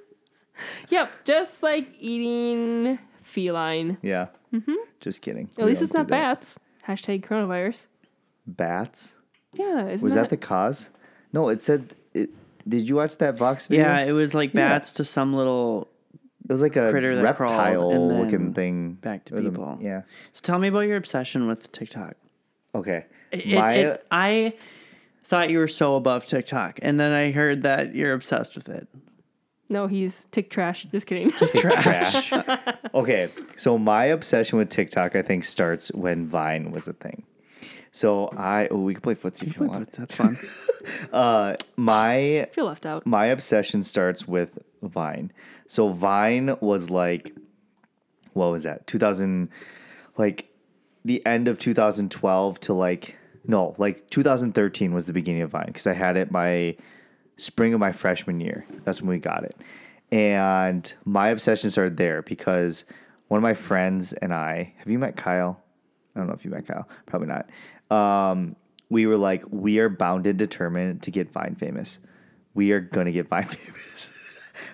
S3: yep, just like eating feline.
S1: Yeah.
S2: Mm-hmm.
S1: Just kidding.
S3: At least it's not bats. Hashtag coronavirus.
S1: Bats.
S3: Yeah, isn't
S1: Was that the cause? No, it said. It, did you watch that Vox video?
S2: Yeah, it was like bats to some little.
S1: It was like a
S2: Critter that crawled
S1: reptile
S2: and then
S1: looking thing.
S2: back to
S1: It was a-
S2: people.
S1: yeah.
S2: So tell me about your obsession with TikTok.
S1: Okay.
S2: It-
S1: my
S2: it- I thought you were so above TikTok, and then I heard that you're obsessed with it.
S3: No, he's tick trash. Just kidding.
S1: trash. okay, so my obsession with TikTok, I think, starts when Vine was a thing. So I, oh, we can play footsie if you
S2: But
S1: want.
S2: that's fun.
S1: Uh, my
S3: feel left out.
S1: my obsession starts with Vine. So Vine was like, what was that? 2000, like the end of 2012 to like, no, like 2013 was the beginning of Vine because I had it my spring of my freshman year. That's when we got it. And my obsession started there because one of my friends and I, have you met Kyle? I don't know if you met Kyle. Probably not. Um, we were like, we are bound and determined to get Vine famous. We are gonna get Vine famous.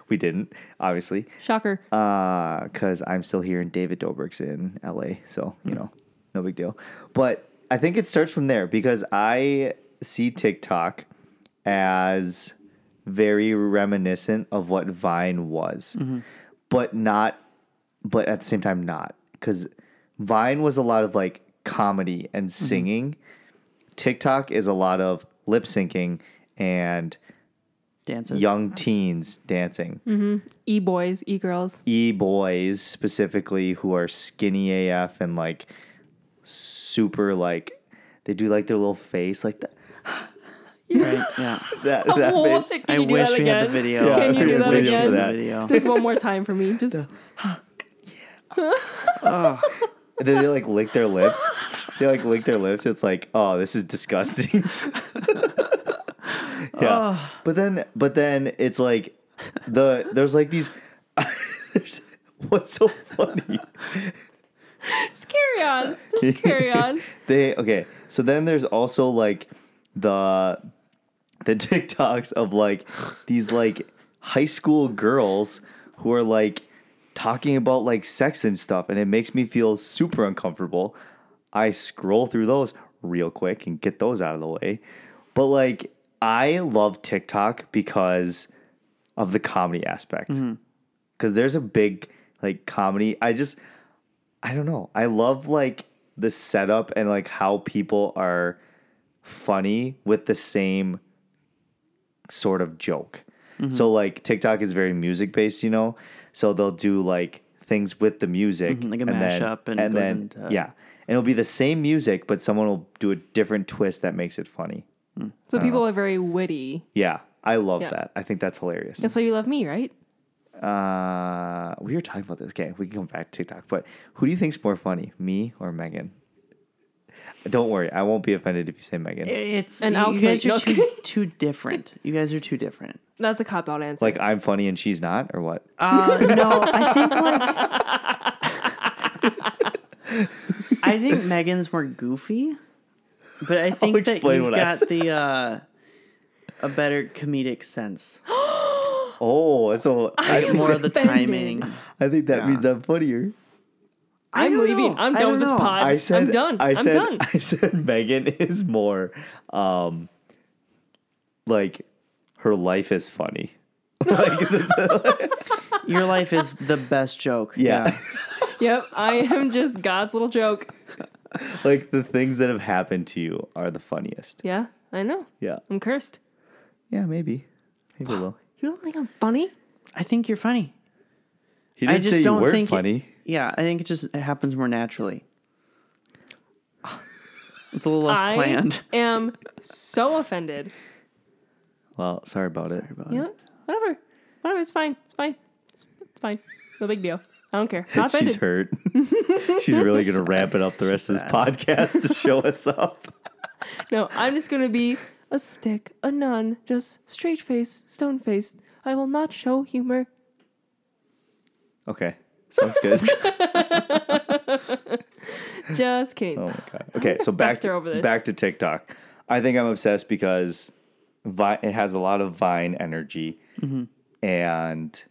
S1: we didn't, obviously,
S3: Shocker.
S1: because Uh, I'm still here and David Dobrik's in LA, so you know, no big deal. But I think it starts from there because I see TikTok as very reminiscent of what Vine was, but not, but at the same time, not. Because Vine was a lot of like comedy and singing, TikTok is a lot of lip syncing and
S2: dances.
S1: young teens dancing.
S3: E boys, e girls.
S1: E boys specifically who are skinny AF and like super like they do like their little face like that
S2: Right? Yeah.
S1: that,
S3: Oh
S1: that face.
S2: I wish we had the video.
S1: Yeah,
S3: Can you
S1: we
S3: do
S1: had
S3: that
S1: video for
S3: again?
S1: that.
S2: Video.
S3: Just one more time for me. Just
S1: And then they like lick their lips. They like lick their lips. It's like, oh, this is disgusting. yeah. But then but then it's like the there's like these there's, what's so funny?
S3: Just carry on. Just carry on.
S1: They okay. So then there's also like the the TikToks of like these like high school girls who are like talking about like sex and stuff and it makes me feel super uncomfortable. I scroll through those real quick and get those out of the way. But like I love TikTok because of the comedy aspect. Cuz there's a big like comedy. I just I don't know. I love like the setup and like how people are funny with the same sort of joke.
S2: Mm-hmm.
S1: So like TikTok is very music based, you know. So they'll do like things with the music,
S2: Mhm, like a mashup and
S1: and,
S2: it goes
S1: then
S2: into-
S1: yeah, and it'll be the same music, but someone will do a different twist that makes it funny.
S3: So people are very witty.
S1: Yeah, I love
S3: Yeah.
S1: that. I think that's hilarious.
S3: That's why you love me, right?
S1: Uh, we were talking about this. Okay, we can come back to TikTok. But who do you think's more funny, me or Megan? Don't worry, I won't be offended if you say Megan.
S2: It's
S3: An
S2: you
S3: outfit.
S2: guys
S3: No,
S2: are
S3: just
S2: too,
S3: kidding.
S2: too different. You guys are too different.
S3: That's a cop out answer.
S1: Like I'm funny and she's not, or what?
S2: Uh, no, I think like I think Megan's more goofy, but I think that
S1: explain
S2: you've
S1: what I
S2: got
S1: said.
S2: the uh, a better comedic sense,
S1: Oh, so I,
S2: like more of the
S3: offended.
S2: timing.
S1: I think that means I'm funnier.
S2: I
S3: I'm
S2: don't
S3: leaving.
S2: know.
S3: I'm
S2: I
S3: done
S2: don't
S3: with this
S2: know.
S3: pod.
S1: I said
S3: I'm done.
S1: I
S3: am
S1: said
S3: done.
S1: I said Megan is more, um, like her life is funny. like the,
S2: Your life is the best joke.
S1: yeah.
S3: Yep. I am just God's little joke.
S1: like the things that have happened to you are the funniest.
S3: Yeah, I know.
S1: Yeah,
S3: I'm cursed.
S1: yeah, maybe, maybe a little.
S3: You don't think I'm funny?
S2: I think you're funny.
S1: He
S2: I
S1: didn't
S2: just
S1: say you
S2: don't
S1: weren't
S2: think it-
S1: funny.
S2: Yeah, I think it just it happens more naturally. It's a little less
S3: I
S2: planned.
S3: am so offended.
S1: Well, sorry about it.
S3: You know, whatever. Whatever. It's fine. It's fine. It's fine. No big deal. I don't care. Not
S1: She's
S3: offended.
S1: hurt. She's really gonna ramp it up the rest of this podcast to show us up.
S3: No, I'm just gonna be a stick, a nun, just straight face, stone faced. I will not show humor.
S1: Okay, sounds good. Oh
S3: Just kidding.
S1: Oh my god. Okay, so back
S3: Fester over
S1: to,
S3: this.
S1: back to TikTok. I think I'm obsessed because Vine it has a lot of Vine energy,
S2: Mm-hmm.
S1: and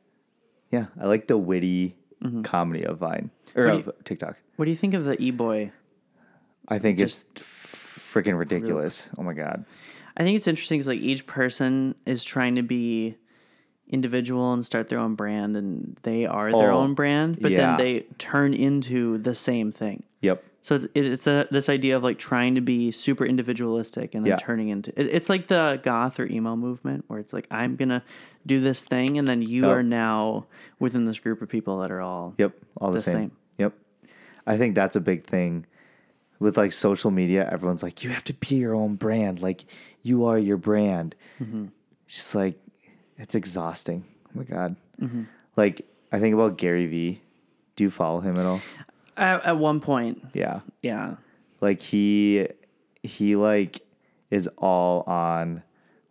S1: yeah, I like the witty comedy of Vine or
S2: Mm-hmm. What do
S1: of TikTok.
S2: What do you think of the e boy?
S1: I think it's freaking ridiculous. Oh my god.
S2: I think it's interesting because like each person is trying to be individual and start their own brand, and they are their
S1: Oh,
S2: own brand, but
S1: yeah.
S2: then they turn into the same thing.
S1: Yep.
S2: So it's it, it's a this idea of like trying to be super individualistic and then
S1: Yeah.
S2: turning into it, it's like the goth or emo movement where it's like I'm gonna do this thing, and then you
S1: Yep.
S2: are now within this group of people that are all
S1: Yep, all the,
S2: The
S1: same.
S2: same.
S1: Yep. I think that's a big thing with like social media. Everyone's like, you have to be your own brand. Like, you are your brand. It's just like, it's exhausting. Oh my God. Like, I think about Gary Vee. Do you follow him at all?
S2: at, at one point.
S1: Yeah.
S2: Yeah,
S1: Like, he, he like is all on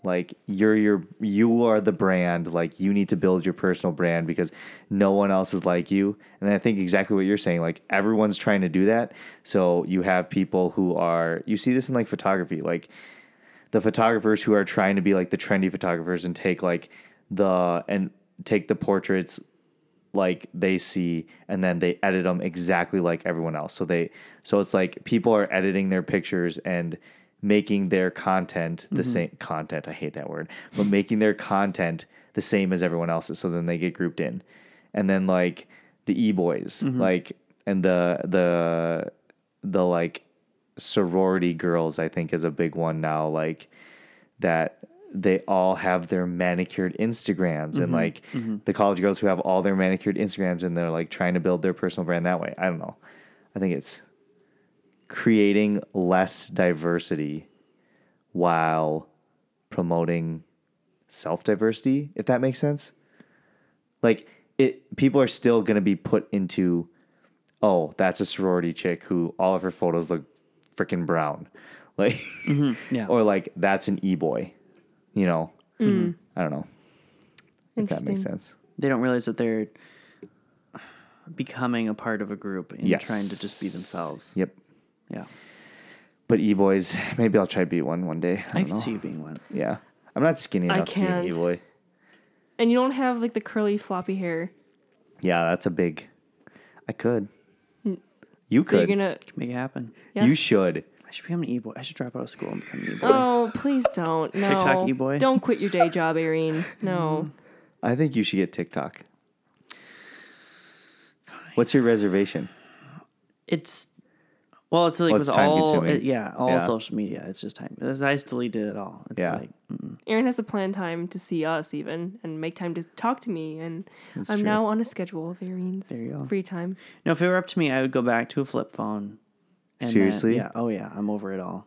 S1: like you're your you are the brand like you need to build your personal brand because no one else is like you and i think exactly what you're saying like everyone's trying to do that so you have people who are you see this in like photography like the photographers who are trying to be like the trendy photographers and take like the and take the portraits like they see and then they edit them exactly like everyone else so they so it's like people are editing their pictures and making their content the same content. I hate that word, but making their content the same as everyone else's. So then they get grouped in, and then like the e boys, like and the the the like sorority girls. I think is a big one now. Like that they all have their manicured Instagrams and like the college girls who have all their manicured Instagrams and they're like trying to build their personal brand that way. I don't know. I think it's creating less diversity while promoting self diversity, if that makes sense. Like it people are still gonna be put into oh, that's a sorority chick who all of her photos look freaking brown. Like
S2: Yeah.
S1: or like that's an e boy, you know. I don't know if that
S3: Mm-hmm. Interesting.
S1: makes sense.
S2: they don't realize that they're becoming a part of a group and
S1: Yes.
S2: trying to just be themselves.
S1: Yep.
S2: Yeah.
S1: But e boys, maybe I'll try to be one one day. I,
S2: I,
S1: don't
S2: can
S1: know.
S2: see you being one.
S1: Yeah, I'm not skinny
S3: I
S1: enough to be an
S3: can't.
S1: e boy.
S3: And you don't have like the curly floppy hair.
S1: Yeah, that's a big. I could. You
S3: Hmm. So
S1: could.
S3: you're gonna
S2: Make it happen.
S3: yeah.
S1: You should.
S2: I should become an e-boy. I should drop out of school and become an e-boy.
S3: Oh, please don't. No.
S2: TikTok e-boy.
S3: Don't quit your day job, Irene. No.
S1: I think you should get TikTok. What's your reservation?
S2: It's well, it's like
S1: Well,
S2: with
S1: it's time
S2: all
S1: consuming.
S2: it- yeah, all
S1: Yeah.
S2: social media. It's just time. It's, I just deleted it all. It's
S1: Yeah.
S2: like
S3: Erin has to plan time to see us even and make time to talk to me and I'm
S1: true.
S3: now on a schedule of Irene's
S2: you go.
S3: free time.
S2: no. If it were up to me, I would go back to a flip phone. And then-
S1: Seriously?
S2: yeah. Oh yeah. I'm over it all.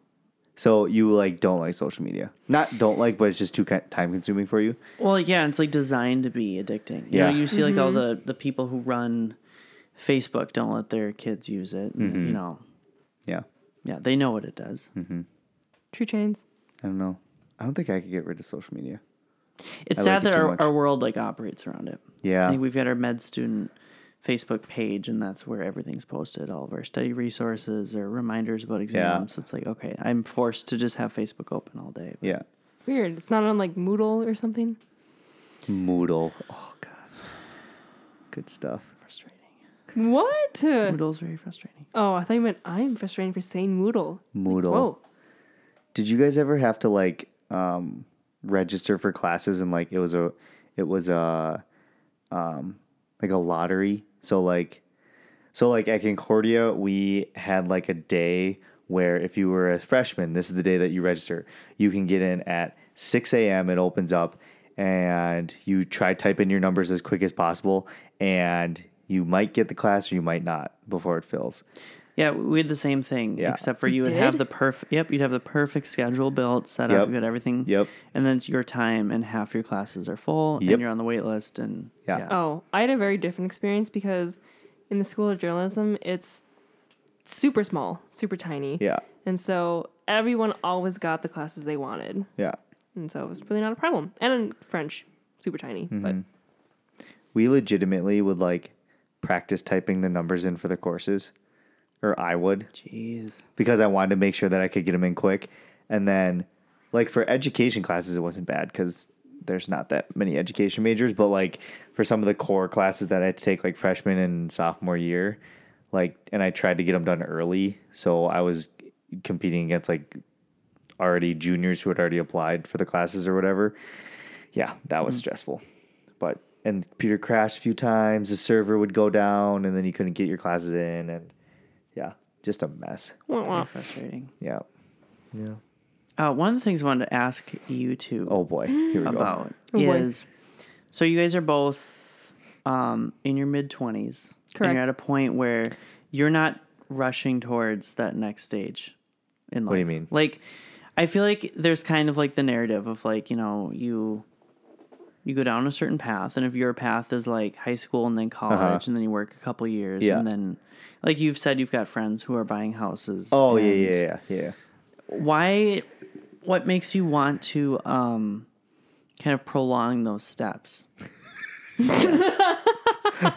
S1: So you like don't like social media? Not don't like, but it's just too time consuming for you.
S2: Well, yeah, it's like designed to be addicting. You
S1: Yeah.
S2: know, you see like all the the people who run Facebook don't let their kids use it. and,
S1: Mm-hmm.
S2: You know,
S1: Yeah.
S2: yeah, they know what it does.
S1: Hmm.
S3: True chains.
S1: I don't know. I don't think I could get rid of social media.
S2: It's
S1: I like
S2: sad
S1: it
S2: that
S1: too
S2: our,
S1: much.
S2: our world like operates around it.
S1: Yeah.
S2: I think we've got our med student Facebook page, and that's where everything's posted. All of our study resources or reminders about exams. So it's like, okay, I'm forced to just have Facebook open all day.
S1: Yeah.
S3: Weird. It's not on like Moodle or something.
S1: Moodle. Oh god. Good stuff.
S2: Frustrating.
S3: What?
S2: Moodle's very frustrating.
S3: Oh, I thought you meant I'm frustrated for saying Moodle. Oh.
S1: Moodle.
S3: Whoa.
S1: Did you guys ever have to like um register for classes and like it was a it was a um like a lottery? So like so like at Concordia we had like a day where if you were a freshman, this is the day that you register. You can get in at six AM, it opens up and you try type in your numbers as quick as possible and you might get the class or you might not before it fills.
S2: Yeah, we had the same thing,
S1: Yeah.
S2: except for you would have
S3: did?
S2: the perfect. Yep, you'd have the perfect schedule built, set
S1: Yep.
S2: up. You got everything.
S1: Yep.
S2: And then it's your time, and half your classes are full,
S1: Yep.
S2: and you're on the wait list, and
S1: Yeah.
S3: Oh, I had a very different experience because in the School of Journalism, it's super small, super tiny.
S1: Yeah.
S3: And so everyone always got the classes they wanted.
S1: Yeah.
S3: And so it was really not a problem. And in French, super tiny. But
S1: Mm-hmm. we legitimately would like practice typing the numbers in for the courses or i would
S2: Jeez.
S1: because i wanted to make sure that i could get them in quick and then like for education classes it wasn't bad because there's not that many education majors but like for some of the core classes that i had to take like freshman and sophomore year like and i tried to get them done early so i was competing against like already juniors who had already applied for the classes or whatever yeah, that was stressful. But and the computer crashed a few times, the server would go down and then you couldn't get your classes in and yeah, just a mess.
S3: wah, wah.
S2: Frustrating.
S1: Yeah. Yeah.
S2: Uh, one of the things I wanted to ask you two
S1: Oh boy. Here we go.
S2: about
S3: Oh, boy.
S2: is, so you guys are both um, in your mid twenties, and
S3: Correct.
S2: you're at a point where you're not rushing towards that next stage in life. What
S1: do you mean?
S2: Like, I feel like there's kind of like the narrative of like you know you you go down a certain path, and if your path is like high school and then college, and then you work a couple years,
S1: Uh-huh. Yeah.
S2: and then like you've said, you've got friends who are buying houses.
S1: Oh yeah,
S2: and-
S1: yeah, yeah, yeah.
S2: why what makes you want to um kind of prolong those steps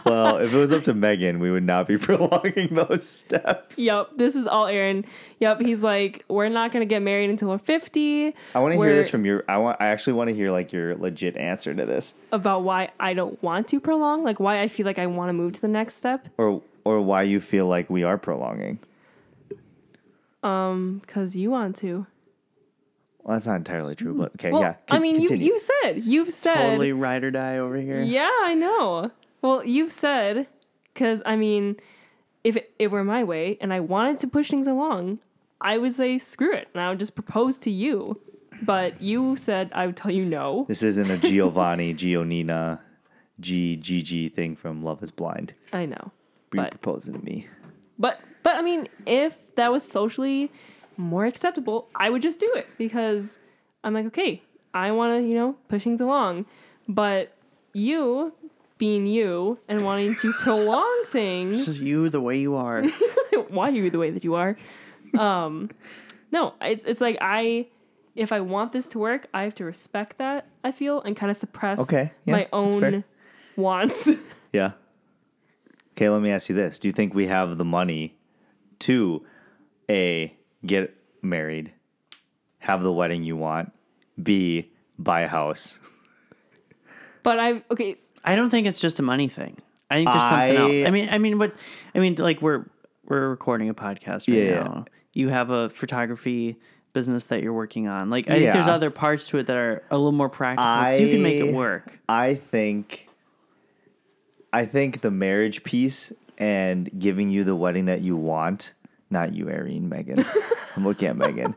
S1: Well, if it was up to Megan, we would not be prolonging those steps.
S3: Yep, this is all Aaron. Yep, he's like, we're not going to get married until we're 50.
S1: I want to hear
S3: We're-
S1: this from your I want I actually want to hear like your legit answer to this
S3: About why I don't want to prolong, like why I feel like I want to move to the next step.
S1: or or why you feel like we are prolonging.
S3: Because you want to.
S1: Well, that's not entirely true, but okay,
S3: Well,
S1: yeah.
S3: I
S1: con-
S3: mean, you,
S1: continue.
S3: you said you've said
S2: Totally ride or die over here.
S3: Yeah, I know. Well, you've said because I mean, if it, it were my way and I wanted to push things along, I would say screw it and I would just propose to you. But you said I would tell you no.
S1: This isn't a Giovanni, Gionina, G, GG thing from Love is Blind.
S3: I know,
S1: You're
S3: but
S1: proposing to me.
S3: but but I mean, if that was socially more acceptable, I would just do it because I'm like, okay, I want to you know push things along, but you being you and wanting to prolong things
S2: This is you the way you are.
S3: why you the way that you are. Um, no, it's it's like I, if I want this to work, I have to respect that I feel and kind of suppress
S1: Okay, yeah,
S3: my
S1: that's fair.
S3: own wants.
S1: Yeah. Okay, let me ask you this. Do you think we have the money to A, get married, have the wedding you want, B, buy a house?
S3: but I okay,
S2: I don't think it's just a money thing. I think there's something
S1: I-
S2: else. I mean, I mean, what? I mean, like we're we're recording a podcast right
S1: Yeah.
S2: now. You have a photography business that you're working on. Like, I think
S1: Yeah.
S2: there's other parts to it that are a little more practical. 'cause you can make
S1: I-
S2: it work.
S1: I think I think the marriage piece and giving you the wedding that you want, not you, Irene, Megan. I'm looking at Megan.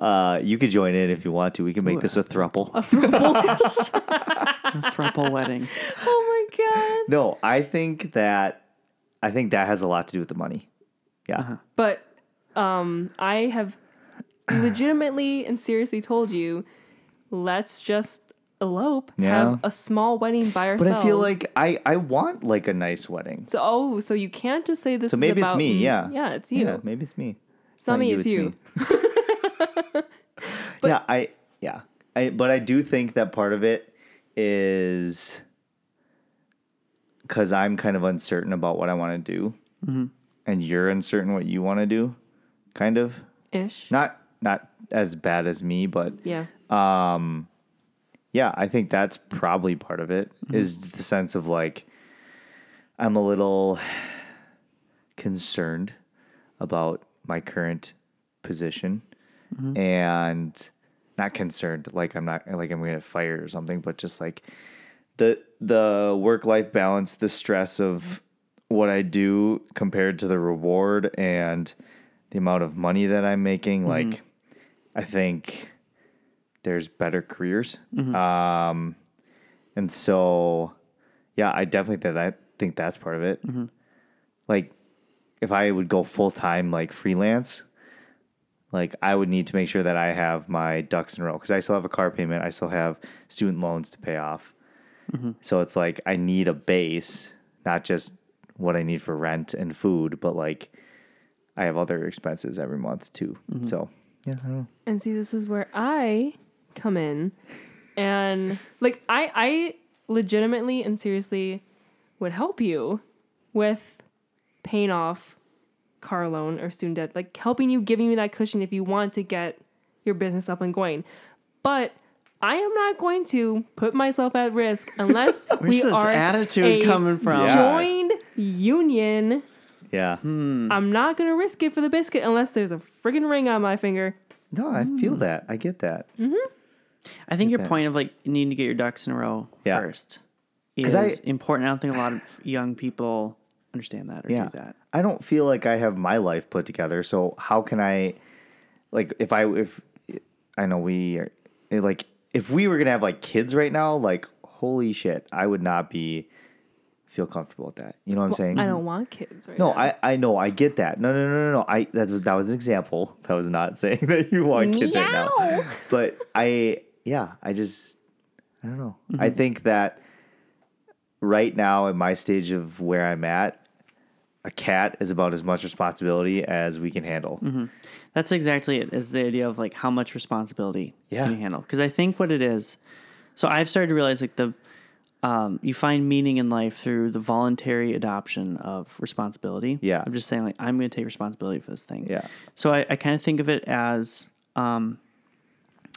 S1: uh, you could join in if you want to. We can make this a thruple.
S2: A throuple wedding.
S3: oh my god.
S1: No, I think that I think that has a lot to do with the money. Yeah.
S3: But um, I have legitimately and seriously told you, let's just elope,
S1: Yeah.
S3: have a small wedding by
S1: But I
S3: ourselves.
S1: feel like I I want like a nice wedding.
S3: so. Oh, so you can't just say this.
S1: So
S3: is
S1: maybe it's
S3: about
S1: me,
S3: me.
S1: yeah.
S3: Yeah, it's you.
S1: Yeah, maybe it's me.
S3: it's not me.
S1: you,
S3: It's, you.
S1: yeah, I yeah. I but I do think that part of it is cuz I'm kind of uncertain about what I want to do. And you're uncertain what you want to do kind of.
S3: Ish.
S1: Not not as bad as me, but
S3: yeah.
S1: yeah, I think that's probably part of it. Is the sense of like I'm a little concerned about my current position and not concerned like I'm not like I'm gonna get fired or something, but just like the the work life balance, the stress of what I do compared to the reward and the amount of money that I'm making, like I think there's better careers. Um, and so, yeah, I definitely think that I think that's part of it. Like, if I would go full time, like freelance, like I would need to make sure that I have my ducks in a row because I still have a car payment, I still have student loans to pay off. So it's like I need a base, not just what I need for rent and food, but like I have other expenses every month too. So yeah, I don't know.
S3: And see, this is where I come in. And like I I legitimately and seriously would help you with paying off car loan or student debt, like helping you giving you that cushion if you want to get your business up and going. But I am not going to put myself at risk unless we
S2: Where's this
S3: are
S2: attitude
S3: a
S2: coming from?
S1: Yeah.
S3: joined union.
S1: Yeah.
S3: I'm not gonna risk it for the biscuit unless there's a freaking ring on my finger.
S1: No, I feel that. I get that.
S2: I think your
S1: that.
S2: point of like you need to get your ducks in a row
S1: Yeah.
S2: first
S1: 'Cause
S2: is
S1: I-
S2: important. I don't think a lot of young people understand that or
S1: Yeah.
S2: do that.
S1: I don't feel like I have my life put together. So how can I, like, if I if I know we are like if we were gonna have like kids right now, like holy shit, I would not be feel comfortable with that. You know what I'm saying?
S3: I don't want kids right
S1: No,
S3: now.
S1: I, I know I get that. No, no, no, no, no. I that was that was an example. That was not saying that you want kids right now.
S3: Meow.
S1: But I yeah, I just I don't know. I
S2: Mm-hmm.
S1: think that right now at my stage of where I'm at, a cat is about as much responsibility as we can handle.
S2: Mm-hmm. That's exactly it. Is the idea of like how much responsibility
S1: Yeah.
S2: can you handle? Because I think what it is. So I've started to realize like the um, you find meaning in life through the voluntary adoption of responsibility.
S1: Yeah.
S2: I'm just saying like I'm going to take responsibility for this thing.
S1: Yeah.
S2: So I, I kind of think of it as um,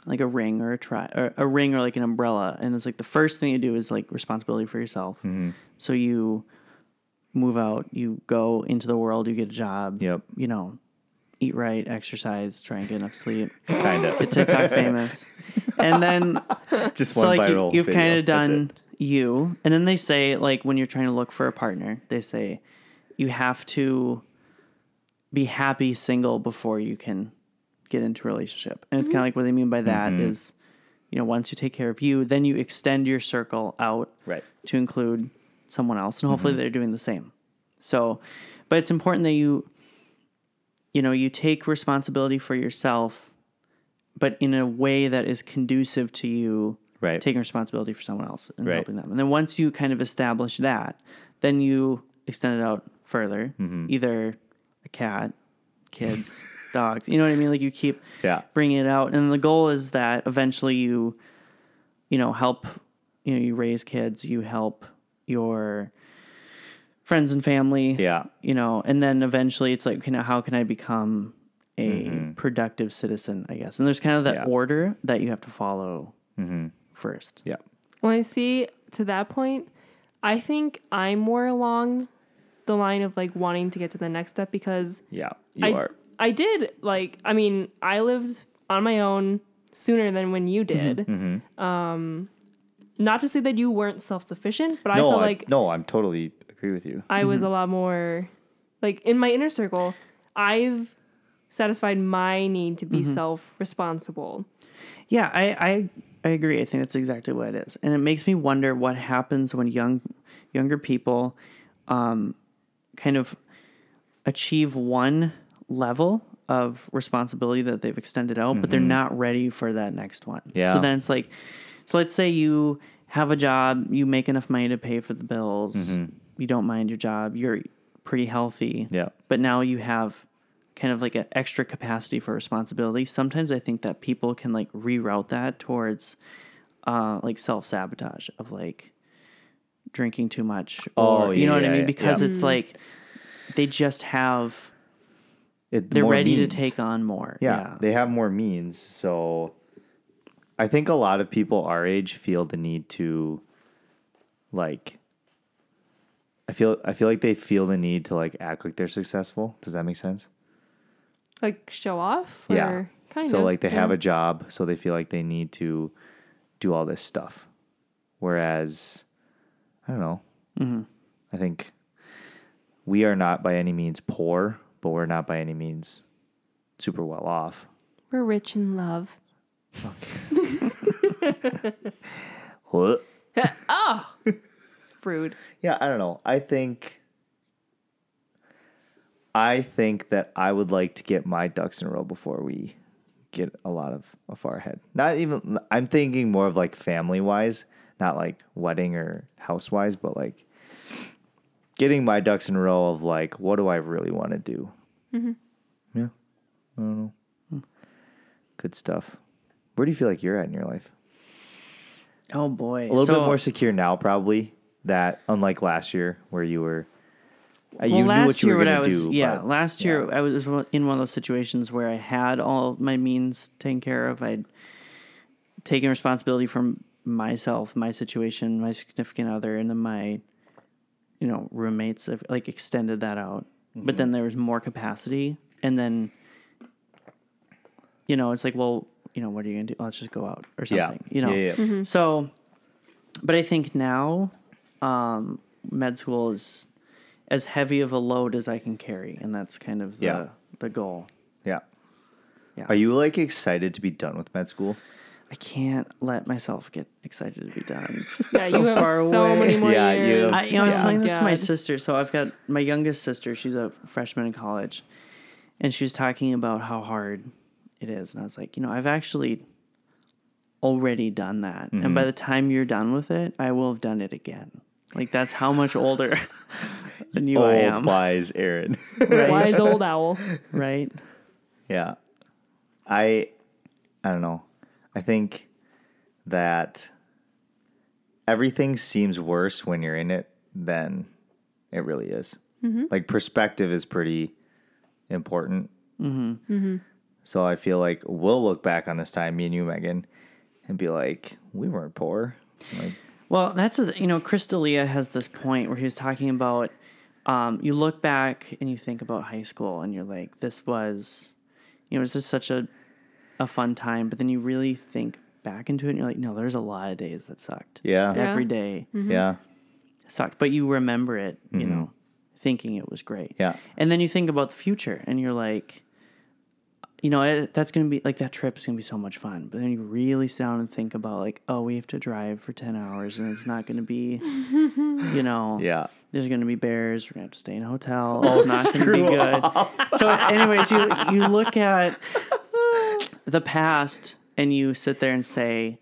S2: like a ring or a try or a ring or like an umbrella, and it's like the first thing you do is like responsibility for yourself.
S1: Mm-hmm.
S2: So you move out, you go into the world, you get a job.
S1: Yep.
S2: You know, eat right, exercise, try and get enough sleep,
S1: kind of.
S2: get TikTok famous, and then
S1: Just
S2: so
S1: one
S2: like you,
S1: viral.
S2: you've
S1: video.
S2: kind of
S1: That's it.
S2: done you, and then they say like when you're trying to look for a partner, they say you have to be happy single before you can get into a relationship, and it's
S1: Mm-hmm.
S2: kind of like what they mean by that is, you know once you take care of you, then you extend your circle out
S1: Right.
S2: to include someone else and
S1: Mm-hmm.
S2: hopefully they're doing the same so but it's important that you you know you take responsibility for yourself but in a way that is conducive to you
S1: Right.
S2: taking responsibility for someone else and
S1: Right.
S2: helping them and then once you kind of establish that then you extend it out further
S1: Mm-hmm.
S2: either a cat kids dogs you know what i mean like you keep
S1: Yeah.
S2: bringing it out and the goal is that eventually you you know help you know you raise kids you help your friends and family
S1: Yeah.
S2: you know and then eventually it's like can I, how can i become a productive citizen i guess and there's kind of that
S1: Mm-hmm. Yeah. Mm-hmm.
S2: order that you have to follow first
S1: Yeah.
S3: When I see to that point, I think I'm more along the line of like wanting to get to the next step because
S1: Yeah.
S3: I,
S1: You are.
S3: I did like I mean I lived on my own sooner than when you
S1: Mm-hmm,
S3: did. Um, not to say that you weren't self sufficient, but I
S1: No,
S3: felt
S1: I,
S3: like
S1: no, mm-hmm. I'm totally agree with you.
S3: I was a lot more like in my inner circle. I've satisfied my need to be
S1: Mm-hmm.
S3: self responsible.
S2: Yeah, I, I I agree. I think that's exactly what it is, and it makes me wonder what happens when young younger people, um, kind of achieve one level of responsibility that they've extended out, but they're not ready for that next one.
S1: Yeah.
S2: So then it's like, so let's say you have a job, you make enough money to pay for the bills, you don't mind your job, you're pretty healthy.
S1: Mm-hmm. Yeah.
S2: But now you have kind of like an extra capacity for responsibility. Sometimes I think that people can like reroute that towards uh, like self sabotage of like drinking too much. Or,
S1: Oh,
S2: you know what
S1: yeah,
S2: I mean?
S1: yeah,
S2: Because
S1: yeah.
S2: it's like they just have,
S1: It,
S2: they're
S1: more
S2: ready
S1: means.
S2: to take on more.
S1: Yeah, they have more means, so I think a lot of people our age feel the need to, like. I feel I feel like they feel the need to like act like they're successful. Does that make sense?
S3: Like show off or
S1: Yeah.
S3: kind
S1: so
S3: of
S1: like they have a
S3: yeah.
S1: job, so they feel like they need to do all this stuff. Whereas, I don't know.
S3: Mm-hmm.
S1: I think we are not by any means poor, but we're not by any means super well off.
S3: we're rich in love.
S1: Huh?
S3: It's rude.
S1: Yeah, I don't know. I think I think that I would like to get my ducks in a row before we get a lot of, of far ahead. Not even I'm thinking more of like family wise, not like wedding or house wise, but like getting my ducks in a row of like what do I really want to do? Mm-hmm. Yeah. I don't know. Good stuff. Where do you feel like you're at in your life?
S2: Oh boy.
S1: a little bit more secure now probably that unlike last year where you were uh, you
S2: well,
S1: knew
S2: last
S1: what you
S2: year,
S1: were
S2: what I
S1: going to
S2: was,
S1: do
S2: yeah,
S1: but-
S2: last year I was in one of those situations where I had all of my means taken care of. I'd taken responsibility for myself, my situation, my significant other, and then my, you know, roommates. I've like extended that out, but
S1: Mm-hmm.
S2: then there was more capacity, and then, you know, it's like, well, you know, what are you gonna do? Let's just go out or
S1: yeah
S2: something, you know.
S1: yeah, yeah.
S2: So, but I think now, um, med school is as heavy of a load as I can carry, and that's kind of the
S1: Yeah.
S2: the goal.
S1: Yeah.
S2: Yeah.
S1: are you like excited to be done with med school
S2: I can't let myself get excited to be done.
S3: Yeah, you have so many more
S1: Yeah, you
S3: years.
S1: have-
S2: I, you know, I was
S1: Yeah.
S2: telling this to my
S3: God.
S2: sister. So I've got my youngest sister. She's a freshman in college, and she was talking about how hard it is. And I was like, you know, I've actually already done that. And by the time you're done with it, I will have done it again. Like that's how much older than you Oh, I
S1: old
S2: am,
S1: wise aaron
S3: Wise old owl.
S2: right?
S1: yeah i i don't know i think that everything seems worse when you're in it than it really is
S3: Mm-hmm.
S1: like perspective is pretty important
S2: Mm-hmm.
S3: Mm-hmm.
S1: So I feel like we'll look back on this time, me and you, Megan, and be like, we weren't poor. Like,
S2: Well, that's the- you know, Chris D'Elia has this point where he was talking about um, you look back and you think about high school and you're like, this was you know, it's just such a a fun time. But then you really think back into it, and you're like, no, there's a lot of days that sucked.
S1: Yeah.
S3: Yeah. Mm-hmm.
S2: Every day
S1: Yeah.
S2: sucked, but you remember it. You know, thinking it was great.
S1: Mm-hmm. Yeah.
S2: and then you think about the future, and you're like. You know, I- that's going to be like that trip is going to be so much fun. But then you really sit down and think about, like, oh, we have to drive for 10 hours and it's not going to be, you know,
S1: Yeah. Oh,
S2: there's gonna be bears. We're gonna have to stay in a hotel. it's not gonna be good. so, anyways, you you look at the past and you sit there and say,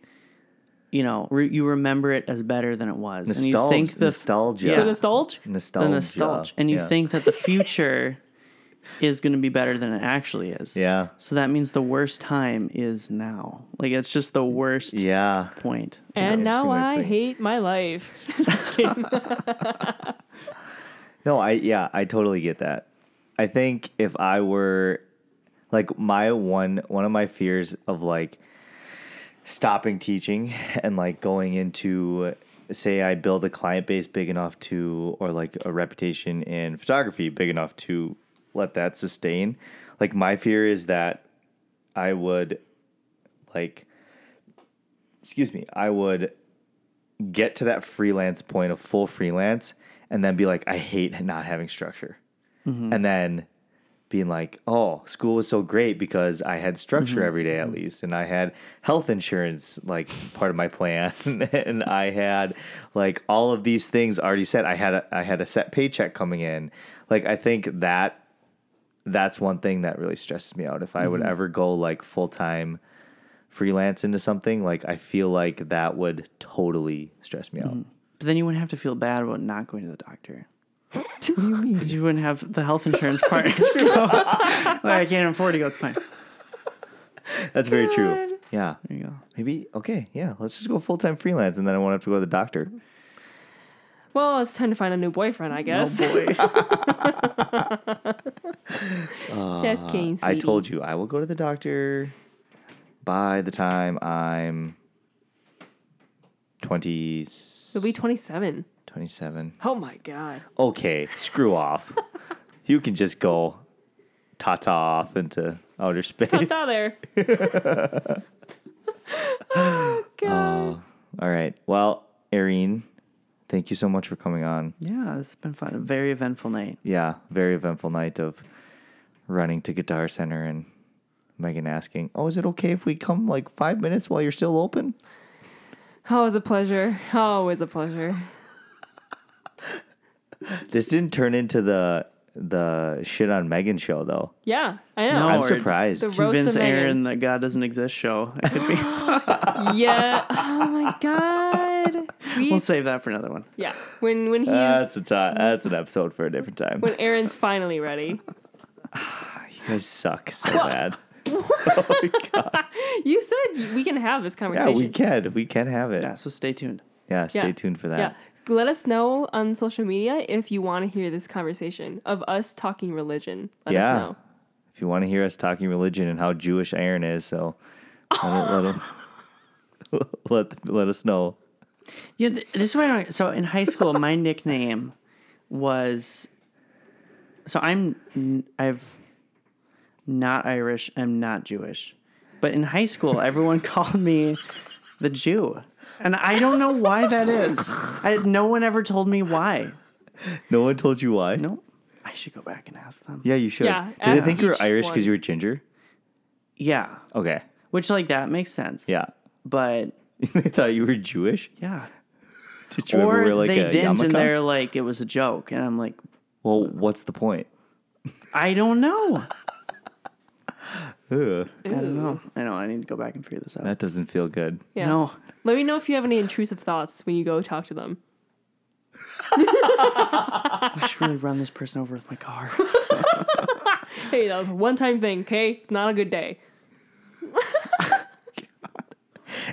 S2: you know, re- you remember it as better than it was, and you
S1: Nostalg-
S2: think the
S1: nostalgia.
S2: yeah,
S3: The nostalgia.
S1: Nostalgia.
S2: the nostalgia, and you
S1: Oh, Yeah.
S2: think that the future is gonna be better than it actually is.
S1: Yeah.
S2: So that means the worst time is now. Like it's just the worst
S1: Yeah.
S2: point.
S3: And
S1: an interesting
S3: now
S1: way to
S3: I
S1: put it.
S3: hate my life. Just kidding.
S1: No, I yeah, I totally get that. I think if I were like my one one of my fears of like stopping teaching and like going into say I build a client base big enough to or like a reputation in photography big enough to let that sustain. Like my fear is that I would like excuse me, I would get to that freelance point of full freelance and then be like, I hate not having structure. And then being like, oh, school was so great because I had structure every day at least. And I had health insurance, like part of my plan. and I had like all of these things already set. I had, a, I had a set paycheck coming in. Like, I think that that's one thing that really stresses me out. If I would ever go like full time freelance into something, like I feel like that would totally stress me
S3: Mm.
S1: out.
S2: But then you wouldn't have to feel bad about not going to the doctor. Because you wouldn't have the health insurance part. so, like, I can't afford to go. It's fine.
S1: That's very true. Yeah.
S2: There you go.
S1: Maybe okay, yeah. Let's just go full time freelance, and then I won't have to go to the doctor.
S3: well, it's time to find a new boyfriend, I guess.
S2: Oh boy.
S3: Just kidding.
S1: I told you I will go to the doctor by the time I'm 20,
S3: It'll be 27.
S1: 27.
S3: Oh my god.
S1: Okay, screw off. You can just go tata off into outer space.
S3: It's out there. oh god.
S1: Uh, All right. Well, Irene, thank you so much for coming on.
S2: yeah, this has been fun. A very eventful night.
S1: Yeah, very eventful night of running to Guitar Center and Megan asking, "Oh, is it okay if we come like five minutes while you're still open?"
S3: Always a pleasure. Always a pleasure.
S1: This didn't turn into the the shit on Megan show though.
S3: Yeah, I know.
S2: No.
S1: I'm
S2: Or
S1: surprised.
S3: Oh, The roast
S2: Convince
S3: of Megan.
S2: Aaron that God doesn't exist show. It could be.
S3: Yeah. Oh my god. We
S2: we'll save that for another one.
S3: Yeah. When when he's
S1: Uh, That's a time. That's an episode for a different time.
S3: when Aaron's finally ready.
S1: you guys suck so bad. oh my god.
S3: You said we can have this
S1: Yeah,
S3: conversation.
S1: we can. We can have it.
S2: Yeah, so stay tuned.
S1: Yeah, stay
S3: Yeah.
S1: tuned for that.
S3: Yeah. Let us know on social media if you want to hear this conversation of us talking religion. Let
S1: Yeah.
S3: us know.
S1: If you want to hear us talking religion and how Jewish Aaron is, so let, let, him- let, let us know.
S2: Yeah, th- this is why. I don't, so in high school, my nickname was. So I'm n- I've not Irish. I'm not Jewish, but in high school, everyone called me the Jew, and I don't know why that is. I no one ever told me why.
S1: No one told you why.
S2: No, I should go back and ask them.
S1: Yeah, you should.
S3: Yeah,
S1: Did I
S3: ask
S1: think you were
S3: each
S1: Irish
S3: one.
S1: because you were ginger?
S2: Yeah,
S1: Okay.
S2: which like that makes sense.
S1: Yeah.
S2: but
S1: they thought you were Jewish.
S2: yeah,
S1: Did you ever
S2: or
S1: wear like
S2: they
S1: a
S2: didn't,
S1: yarmulke?
S2: and they're like it was a joke, and I'm like,
S1: Well, what's the point?
S2: I don't know.
S1: Ugh,
S2: I don't know. I know. I need to go back and figure this out.
S1: that doesn't feel good.
S3: Yeah.
S2: No.
S3: Let me know if you have any intrusive thoughts when you go talk to them.
S2: I should really run this person over with my car.
S3: Hey, that was a one time thing, okay? It's not a good day.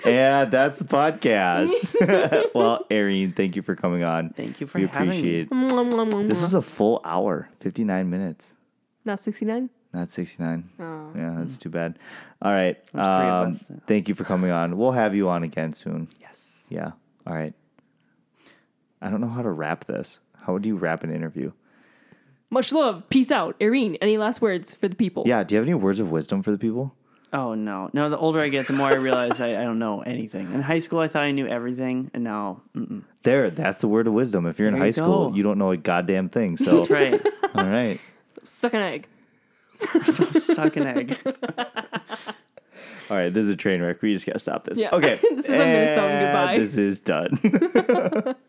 S1: and that's the podcast. well, Irene, thank you for coming on.
S2: Thank you for
S1: We
S2: having me.
S1: appreciate it.
S3: Mwah, mwah, mwah,
S1: This
S3: mwah.
S1: is a full hour, 59 minutes,
S3: Not 69?
S1: not 69.
S3: Oh.
S1: Yeah, that's too bad. All right.
S2: Hmm. There's three of
S1: um,
S2: us.
S1: Thank you for coming on. We'll have you on again soon.
S2: Yes.
S1: Yeah. All right. I don't know how to wrap this. How would you wrap an interview?
S3: Much love. Peace out. Irene, any last words for the people?
S1: Yeah. Do you have any words of wisdom for the people?
S2: Oh no! No, the older I get, the more I realize I, I don't know anything. In high school, I thought I knew everything, and now mm-mm.
S1: There, that's the word of wisdom. If you're in
S2: There
S1: high
S2: you
S1: school,
S2: go.
S1: you don't know a goddamn thing. So,
S2: that's right.
S1: all right.
S3: Suck an egg.
S2: so suck an egg.
S1: All right, this is a train wreck. We just gotta stop this.
S3: Yeah.
S1: Okay.
S3: This is, I'm gonna sell them
S1: And
S3: goodbye.
S1: This is done.